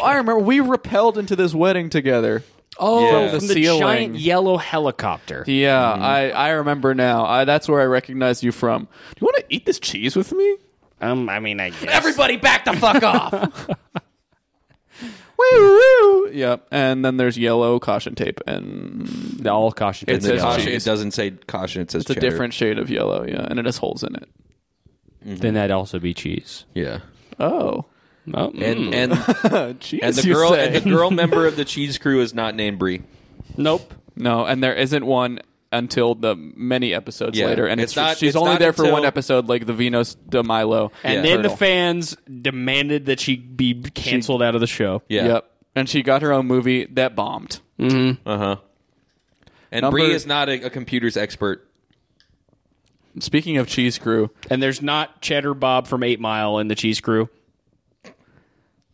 I remember we rappelled into this wedding together.
Oh,
Yeah.
from
From
the
the ceiling.
giant yellow helicopter.
Yeah, I, I remember now. I, that's where I recognize you from. Do you want to eat this cheese with me?
Um, I mean, I guess.
Everybody, back the fuck off!
Woo! Yep. And then there's yellow caution tape, and
all caution.
It's
tape.
a-
caution,
cheese.
it doesn't say caution. It says
it's a different shade of yellow. Yeah, and it has holes in it.
Then that'd also be cheese.
Yeah,
Oh,
Oh,
and and
cheese!
and the
you
girl
say.
and the girl member of the cheese crew is not named Brie.
nope.
No, and there isn't one until the many episodes
Yeah.
later, and
It's
it's,
not-
she's
it's
only
not
there for
until-
one episode, like the Venus de Milo,
And then the
Colonel.
fans demanded that she be canceled out of the show.
Yeah,
Yep, and she got her own movie that bombed.
uh huh. And
Number-
Brie is not a, a computers expert.
Speaking of cheese crew,
And there's not Cheddar Bob from Eight Mile in the cheese crew.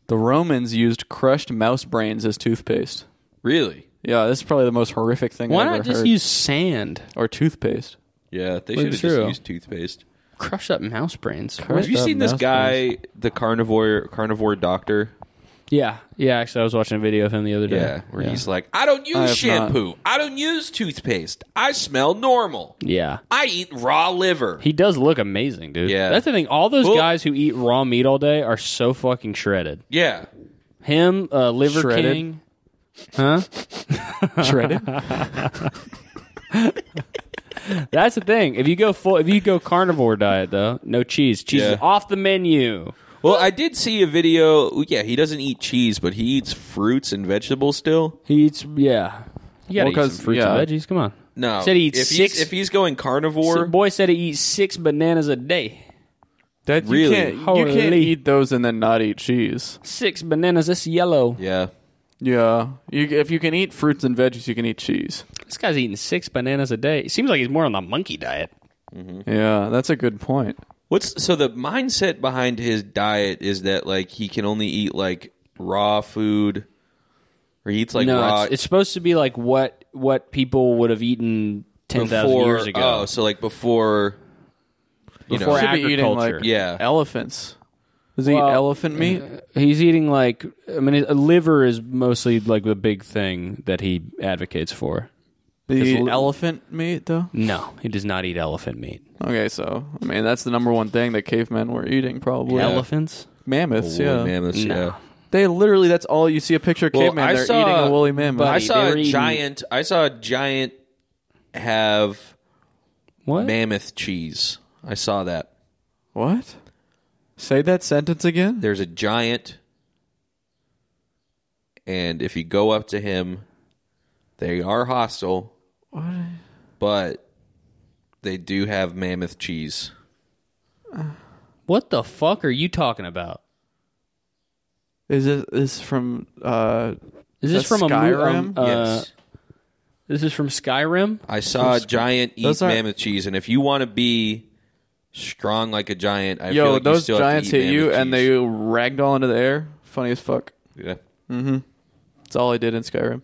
the Romans used crushed mouse brains as toothpaste.
Really?
Yeah, this is probably the most horrific thing
Why
I've
not
ever
just
heard.
use sand?
or toothpaste.
Yeah, they should have just
true.
used toothpaste.
Crush up mouse brains.
Have you
Up
seen this
mouse
guy, the carnivore carnivore doctor?
Yeah, yeah. Actually, I was watching a video of him the other day.
Yeah, where he's like, I don't use
I have
shampoo. I don't use toothpaste. I smell normal.
yeah.
I eat raw liver.
He does look amazing, dude.
Yeah.
that's the thing. All those
Well-
guys who eat raw meat all day are so fucking shredded.
Yeah.
Him, uh, Liver
Shredded?
King, huh?
Shredded.
That's the thing. If you go full, if you go carnivore diet though, no cheese. Cheese
Yeah.
is off the menu.
Well, I did see a video. Yeah, he doesn't eat cheese, but he eats fruits and vegetables still.
He eats, yeah. You gotta
Well,
eat
'cause,
some fruits
yeah.
and veggies. Come on.
No,
Said he eats
if
six-
He's, if he's going carnivore,
boy said he eats six bananas a day.
That you
Really?
can't, you
Holy.
can't eat those and then not eat cheese.
Six bananas. That's yellow.
yeah,
Yeah, you, if you can eat fruits and veggies, you can eat cheese.
This guy's eating six bananas a day. It seems like he's more on the monkey diet.
Yeah, that's a good point.
What's so the mindset behind his diet is that like he can only eat like raw food, or he eats like
no,
raw
it's, it's supposed to be like what what people would have eaten ten thousand
before
years ago.
Oh, so like before, you know,
Before I-
Should be eating
agriculture.
like
Yeah.
elephants. Does he
Well, uh,
eat elephant meat?
He's eating like I mean, a liver is mostly like the big thing that he advocates for.
Does he eat
l-
elephant meat though?
No, he does not eat elephant meat.
Okay, so I mean that's the number one thing that cavemen were eating probably.
Elephants?
Mammoths,
woolly
yeah.
mammoths,
No.
yeah.
They literally that's all you see a picture of
Well,
cavemen.
I
They're
saw-
eating a woolly mammoth.
I
Buddy,
saw
they
a
were eating-
giant. I saw a giant have
What?
mammoth cheese. I saw that.
what? Say that sentence again.
There's a giant, and if you go up to him, they are hostile, but they do have mammoth cheese.
What the fuck are you talking about?
Is it is from uh
Is this
That's
from a mo-
Skyrim?
um, uh,
yes,
This is from Skyrim.
I saw a giant eat
those aren't-
mammoth cheese, and if you want to be strong like a giant, I feel
yo,
like you
those
still
giants
have to eat
hit you
mammoth
and they
cheese.
ragdoll into the air? Funny as fuck.
Yeah.
That's all I did in Skyrim.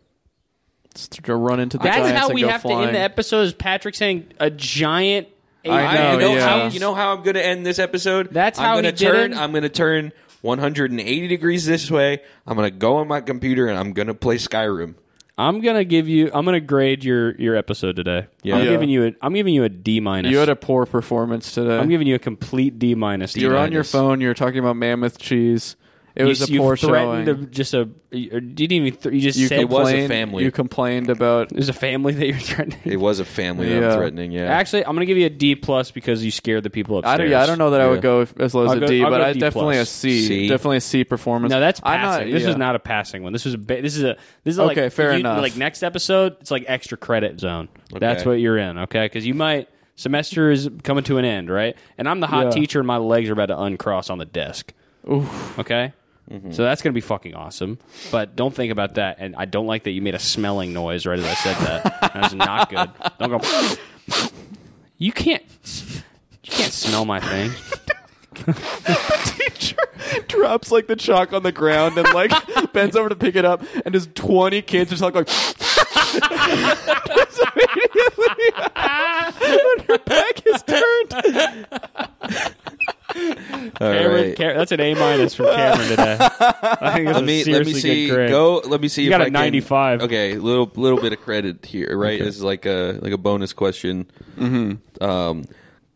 Just to run into the
That's
giants
how
and
we
go
have to
flying.
end the episode. Is Patrick saying a giant?
I
I
know,
know
yeah.
how, you know how I'm going to end this episode.
That's how
I'm
he
going to
did
turn.
it?
I'm going to turn 180 degrees this way. I'm going to go on my computer and I'm going to play Skyrim.
I'm gonna give you. I'm gonna grade your your episode today. I'm
Yeah.
giving you. A, I'm giving you a D minus.
You had a poor performance today.
I'm giving you a complete D minus.
you were on your
minus.
phone. You were talking about mammoth cheese. It
You,
was a
you
poor
threatened
showing.
a, just a. You or you didn't even. Th- you just
you
said
was a
complained-
family.
You complained about.
There's a family that you're threatening.
It was a family that
Yeah.
I'm threatening. Yeah.
Actually, I'm gonna give you a D plus because you scared the people upstairs.
I don't. Yeah, I don't know that I would
Yeah.
go if- as low as
I'll
a
go-
D,
I'll
but
go
I
D
definitely a
plus.
C,
C.
Definitely a C performance.
No, that's
I'm
passing. this is not a passing one. This was a. Ba- this is a. This is like
Okay, fair
you-
enough.
Like next episode, it's like extra credit zone. That's what you're in, okay? Because you might semester is coming to an end, right? And I'm the hot
Yeah.
teacher, and my legs are about to uncross on the desk. Oof. Okay.
Mm-hmm.
So that's gonna be fucking awesome. But don't think about that. And I don't like that you made a smelling noise right as I said that. That's not good. Don't go. You can't. You can't smell my thing.
drops like the chalk on the ground and like bends over to pick it up, and just twenty kids just like like. Just immediately- when her back is turned.
All
Cameron,
right.
Ca- that's an A minus from Cameron today. I think that's
Let
a
me let me
seriously
see.
good grade.
Go. Let me see.
You
if
got a
I can-
95.
Okay, little little bit of credit here, right? This is like a like a bonus question. Mm-hmm. Um,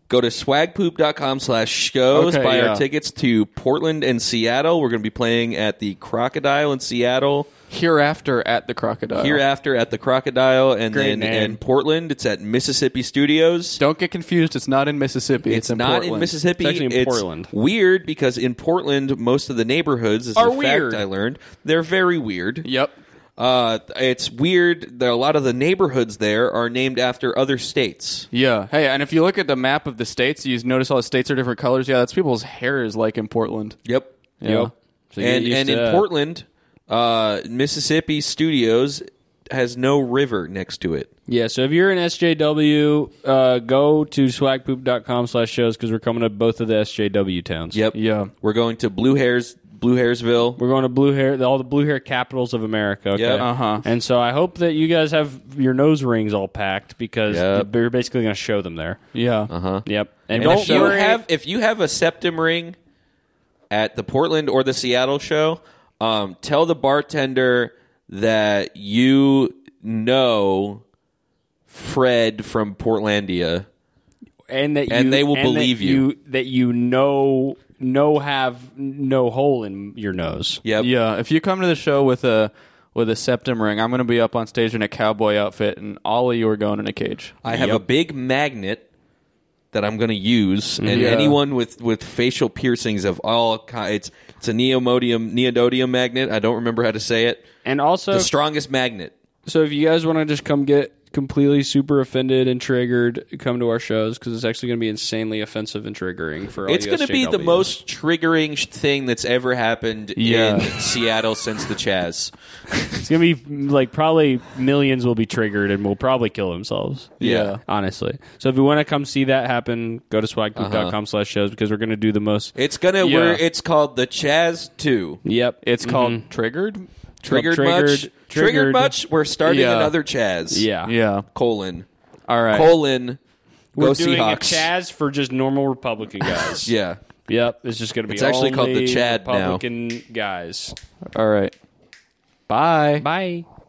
go to swagpoop.com slash shows.
Okay,
buy
yeah.
our tickets to Portland and Seattle. We're going to be playing at the Crocodile in Seattle.
Hereafter at the crocodile.
Hereafter at the Crocodile, and
Great
then
name.
in Portland, it's at Mississippi Studios.
Don't get confused. It's not in Mississippi. It's,
it's
in
not in
Portland.
Mississippi.
It's actually in Portland.
Weird because in Portland, most of the neighborhoods this is
Are
a fact
weird.
I learned they're very weird.
Yep.
Uh, it's weird that a lot of the neighborhoods there are named after other states.
Yeah. Hey, and if you look at the map of the states, you notice all the states are different colors. Yeah, that's people's hair is like in Portland.
Yep.
Yeah.
So you're
and
used
and
to
in
that.
Portland, uh, Mississippi Studios has no river next to it.
Yeah, so if you're an SJW, uh, go to swagpoop.com slash shows because we're coming to both of the SJW towns.
Yep.
Yeah.
We're going to Blue Hairs, Blue Hairsville.
We're going to blue hair, all the blue hair capitals of America. Okay?
Yep.
Uh-huh.
And so I hope that you guys have your nose rings all packed because
Yep.
you're basically going to show them there.
Yeah. Uh
Uh-huh.
huh.
Yep. And,
And
don't
if you
worry.
have if you have a septum ring at the Portland or the Seattle show, um, tell the bartender that you know Fred from Portlandia.
and that
And
you,
they will
that
believe you.
that you know know have no hole in your nose.
Yep.
Yeah. If you come to the show with a with a septum ring, I'm going to be up on stage in a cowboy outfit, and all of you are going in a cage.
I have a big magnet that I'm going to use, and
Yeah.
anyone with, with facial piercings of all kinds, it's, it's a neomodium neodymium magnet. I don't remember how to say it.
And also,
The strongest magnet.
so if you guys want to just come get completely super offended and triggered, come to our shows because it's actually going to be insanely offensive and triggering for all
It's
going to
be the most triggering sh- thing that's ever happened
Yeah.
in Seattle since the Chaz.
It's gonna be like probably millions will be triggered and will probably kill themselves.
Yeah.
honestly. So if you want to come see that happen, go to
Uh-huh.
swagcoop.com slash shows because we're going to do the most.
It's gonna.
Yeah.
We're, it's called the Chaz Two.
Yep.
It's called
Mm-hmm.
Triggered.
Triggered,
triggered-
much. Triggered,
triggered.
much. We're starting
Yeah.
another Chaz.
yeah.
Yeah.
Colon.
All right.
Colon.
We're
go
doing
Seahawks.
a Chaz for just normal Republican guys.
Yeah.
Yep. It's just going to be
It's actually called the
only
Chad now.
Republican guys.
All right. Bye.
Bye.